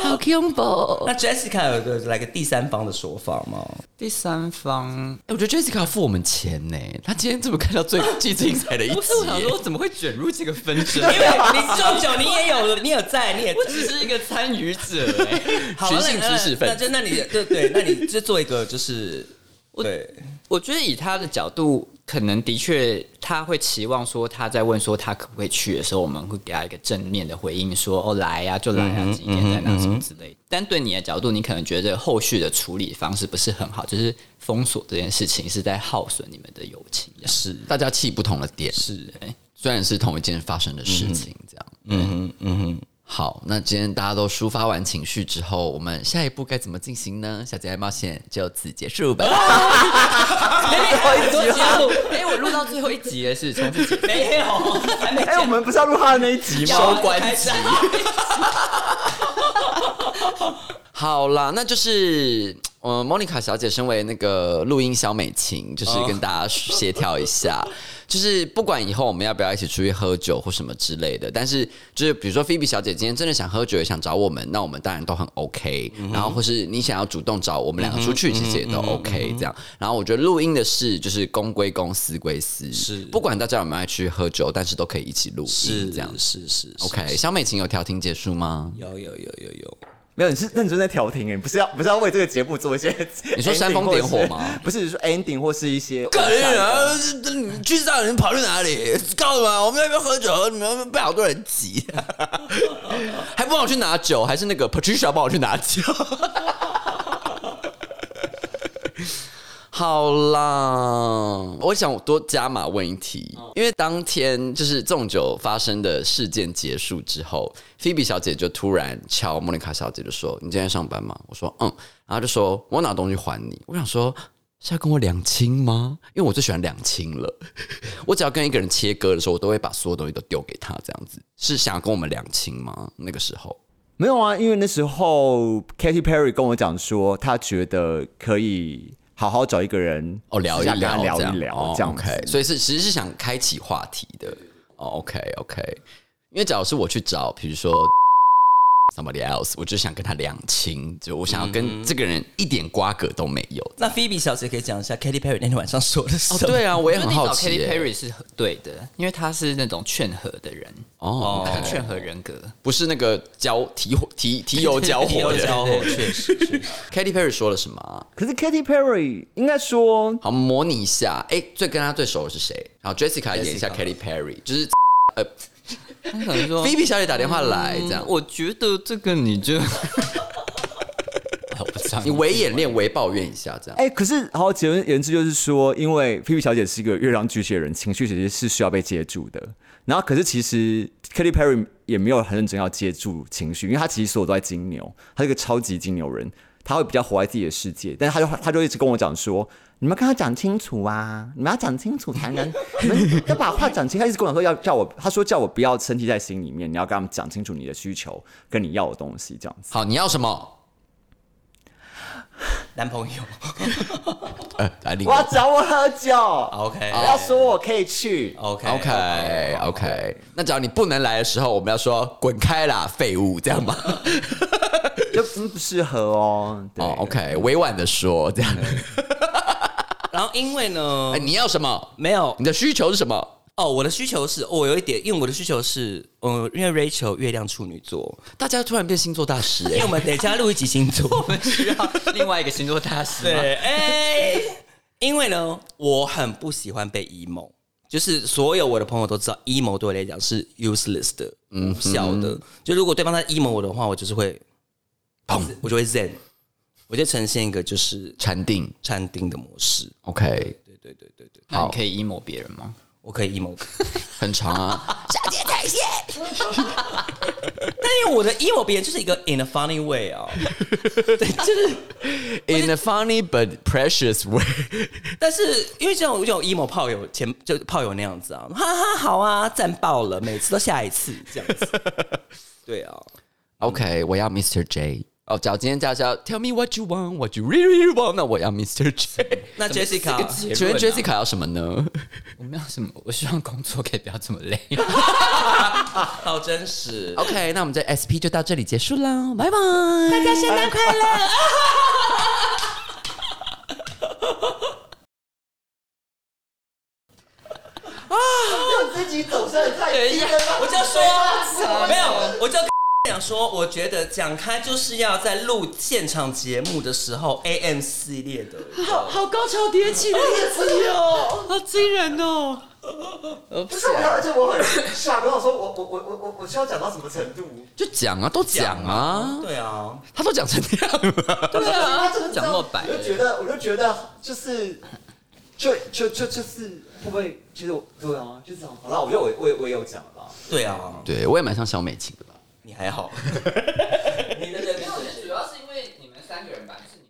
[SPEAKER 2] 好恐怖！
[SPEAKER 3] 那 Jessica 有个来个第三方的说法吗？
[SPEAKER 4] 第三方
[SPEAKER 2] 哎我觉得 Jessica 付我们钱呢，她今天怎么看到最最精彩的一集？
[SPEAKER 4] 不是我想说，我怎么会卷入这个纷 争？
[SPEAKER 3] 因为你舅舅你也有你有在，你也
[SPEAKER 4] 我只是一个参 与者、哎
[SPEAKER 3] 好
[SPEAKER 2] 群性知识分
[SPEAKER 3] 那那就那你对对，那你就做一个就是
[SPEAKER 4] 我
[SPEAKER 3] 对，
[SPEAKER 4] 我觉得以他的角度，可能的确他会期望说他在问说他可不可以去的时候，我们会给他一个正面的回应说，哦来呀、就来呀、几点在哪什么之类的。但对你的角度，你可能觉得后续的处理方式不是很好，就是封锁这件事情是在耗损你们的友情啊这样。
[SPEAKER 3] 是
[SPEAKER 2] 大家气不同的点，
[SPEAKER 4] 是，哎
[SPEAKER 2] 虽然是同一件发生的事情，这样。
[SPEAKER 3] 嗯哼嗯哼，
[SPEAKER 2] 好，那今天大家都抒发完情绪之后，我们下一步该怎么进行呢？小姐爱冒险就此结束吧。
[SPEAKER 4] 我录，哎、我录到最后一集了，是重复集没有，还没
[SPEAKER 5] 哎、我们不是要录他的那一集吗？
[SPEAKER 4] 收官集。
[SPEAKER 2] 好啦，那就是呃，Monica 小姐身为那个录音小美琴，就是跟大家协调一下，就是不管以后我们要不要一起出去喝酒或什么之类的，但是就是比如说 Phoebe 小姐今天真的想喝酒也想找我们，那我们当然都很 OK，、然后或是你想要主动找我们两个出去，其实也都 OK 这样。然后我觉得录音的事就是公归公，私归私，
[SPEAKER 3] 是
[SPEAKER 2] 不管大家有没有爱去喝酒，但是都可以一起录音
[SPEAKER 3] 是
[SPEAKER 2] 这样。
[SPEAKER 3] 是是
[SPEAKER 2] OK，小美琴有调停结束吗？
[SPEAKER 3] 有有有有有，
[SPEAKER 5] 没有，你是认真在调停哎，不是要不是要为这个节目做一些 ending 或是？
[SPEAKER 2] 你说煽风点火吗
[SPEAKER 5] 不是，你说 ending 或是一些
[SPEAKER 2] 个人啊，你去上人跑去哪里？告诉我，我们那边喝酒，你们被好多人挤、 还不帮我去拿酒，还是那个 Patricia 帮我去拿酒。好啦，我想多加码问一题，因为当天就是纵酒发生的事件结束之后，菲比小姐就突然敲莫妮卡小姐，就说：“你今天上班吗？”我说：“嗯。”然后她就说：“我拿东西还你。”我想说。是要跟我两清吗？因为我最喜欢两清了。 我只要跟一个人切割的时候，我都会把所有东西都丢给他，这样子是想要跟我们两清吗？那个时候，
[SPEAKER 5] 没有啊，因为那时候 Katy Perry 跟我讲说，她觉得可以好好找一个人
[SPEAKER 2] 哦，聊一
[SPEAKER 5] 私下跟她聊
[SPEAKER 2] 聊，这
[SPEAKER 5] 一
[SPEAKER 2] 样
[SPEAKER 5] 聊
[SPEAKER 2] 哦
[SPEAKER 5] 这样
[SPEAKER 2] OK，
[SPEAKER 5] 子。
[SPEAKER 2] 所以是其实是想开启话题的。哦，OK，OK、o k OK，因为假如是我去找，比如说 somebody else，我就想跟他两清，就我想要
[SPEAKER 4] 嗯
[SPEAKER 2] 跟这个人一点瓜葛都没有。
[SPEAKER 3] 那 Phoebe 小姐可以讲一下 Katy Perry 那天晚上说的什
[SPEAKER 2] 哦，
[SPEAKER 3] 么？
[SPEAKER 2] 对啊，我也
[SPEAKER 4] 我觉
[SPEAKER 2] 很
[SPEAKER 4] 得你
[SPEAKER 2] 好
[SPEAKER 4] 找
[SPEAKER 2] 奇、
[SPEAKER 4] Katy
[SPEAKER 2] 耶
[SPEAKER 4] Perry 是很对的，因为他是那种劝和的人，
[SPEAKER 2] 哦
[SPEAKER 4] 他劝和人格。
[SPEAKER 2] 不是那个交提火提提油交
[SPEAKER 3] 提
[SPEAKER 2] 火
[SPEAKER 3] 油
[SPEAKER 2] 的。
[SPEAKER 3] 交火确实，
[SPEAKER 2] Katy Perry 说了什么啊？
[SPEAKER 5] 可是 Katy Perry 应该说，
[SPEAKER 2] 好，模拟一下。哎、最跟他最熟的是谁？然后 Jessica 演一下 Katy Perry，就是 呃
[SPEAKER 4] 他可能说嗯
[SPEAKER 2] Phoebe 小姐打电话来这样。
[SPEAKER 4] 我觉得这个 你就，我不知道
[SPEAKER 2] 你唯演练、唯抱怨一下，这样。
[SPEAKER 5] 哎、可是好，简而言之就是说，因为菲比小姐是一个月亮巨蟹人，情绪其实是需要被接住的。然后，可是其实 Katy Perry 也没有很认真要接住情绪，因为她其实所有都在金牛，她是个超级金牛人，她会比较活在自己的世界。但是她就她就一直跟我讲说，你们跟她讲清楚啊，你们要讲清楚才 能，你们要把话讲清。她一直跟我说要叫我，她说叫我不要生气在心里面，你要跟他们讲清楚你的需求跟你要的东西这样子。
[SPEAKER 2] 好，你要什么？
[SPEAKER 3] 男朋 友
[SPEAKER 2] 呃，
[SPEAKER 4] 哎
[SPEAKER 2] 来领
[SPEAKER 5] 我要找我喝酒，我
[SPEAKER 3] ，OK
[SPEAKER 5] 要说我可以去。
[SPEAKER 3] OK
[SPEAKER 2] OK OK，那只要你不能来的时候，我们要说滚开啦，废物，这样 吗？
[SPEAKER 5] 就不不适合哦。对
[SPEAKER 2] 哦，OK，委婉的说这样。
[SPEAKER 4] 哎
[SPEAKER 3] 然后因为呢
[SPEAKER 2] 哎，，你要什么？
[SPEAKER 3] 没有
[SPEAKER 2] 你的需求是什么？
[SPEAKER 3] 哦，我的需求是，哦我有一点，因为我的需求是，嗯，因为 Rachel 月亮处女座，
[SPEAKER 2] 大家突然变星座大师
[SPEAKER 3] 因
[SPEAKER 2] 哎
[SPEAKER 3] 为我！们等一下录一集 星座，
[SPEAKER 4] 需要另外一个星座大师吗？
[SPEAKER 3] 对， 哎、因为呢，我很不喜欢被 emo，就是所有我的朋友都知道 emo 对我来讲是 useless 的、
[SPEAKER 2] 嗯
[SPEAKER 3] 无效的。就如果对方在 emo 我的话，我就是会，砰，我就会 zen，我就呈现一个就是
[SPEAKER 2] 禅定
[SPEAKER 3] 禅定的模式。
[SPEAKER 2] ，OK，
[SPEAKER 4] 那你可以 emo 别人吗？
[SPEAKER 3] 我可以 emo，
[SPEAKER 2] 很长 啊。
[SPEAKER 3] 但因为我的 emo 别人就是一个 in a funny way 哦，对，就是。
[SPEAKER 2] In a funny but precious way，
[SPEAKER 3] 但是因为这种这种 emo 炮友前就炮友那样子啊，哈哈，好啊，赞爆了，每次都下一次这样 子。对啊，
[SPEAKER 2] OK，我要 Mr. J。哦，假如今天大家 Tell me what you want, what you really want，那我要 Mr. J。
[SPEAKER 3] 那 Jessica
[SPEAKER 2] 请问
[SPEAKER 4] 结论啊
[SPEAKER 2] Jessica 要什么呢？
[SPEAKER 4] 我没有什么，我希望工作可以不要这么累。
[SPEAKER 3] 好真实，
[SPEAKER 2] OK，那我们这 SP 就到这里结束啦，拜拜！大家圣
[SPEAKER 6] 哎
[SPEAKER 2] 诞快乐！
[SPEAKER 3] 我就说没有，我就想说，我觉得讲开就是要在录现场节目的时候，AM 系列的，
[SPEAKER 6] 好好高潮迭起的日子哦，好惊人哦！
[SPEAKER 5] 不是，而且我很傻，我想说我我我我我我需要讲到什么程度？
[SPEAKER 4] 就讲啊，都 讲啊，
[SPEAKER 3] 对啊，
[SPEAKER 4] 他都讲成这样了，
[SPEAKER 6] 对 啊，
[SPEAKER 5] 讲
[SPEAKER 6] 讲到白
[SPEAKER 5] 我就觉得，我就觉得就是，就就就就是会不会，其实我对啊，就这样。好了，我觉得我我也我也有讲了吧。
[SPEAKER 3] 对啊，
[SPEAKER 4] 对我也蛮像小美琴的吧。
[SPEAKER 3] 你还好，
[SPEAKER 6] 没有，主要是因为你们三个人版是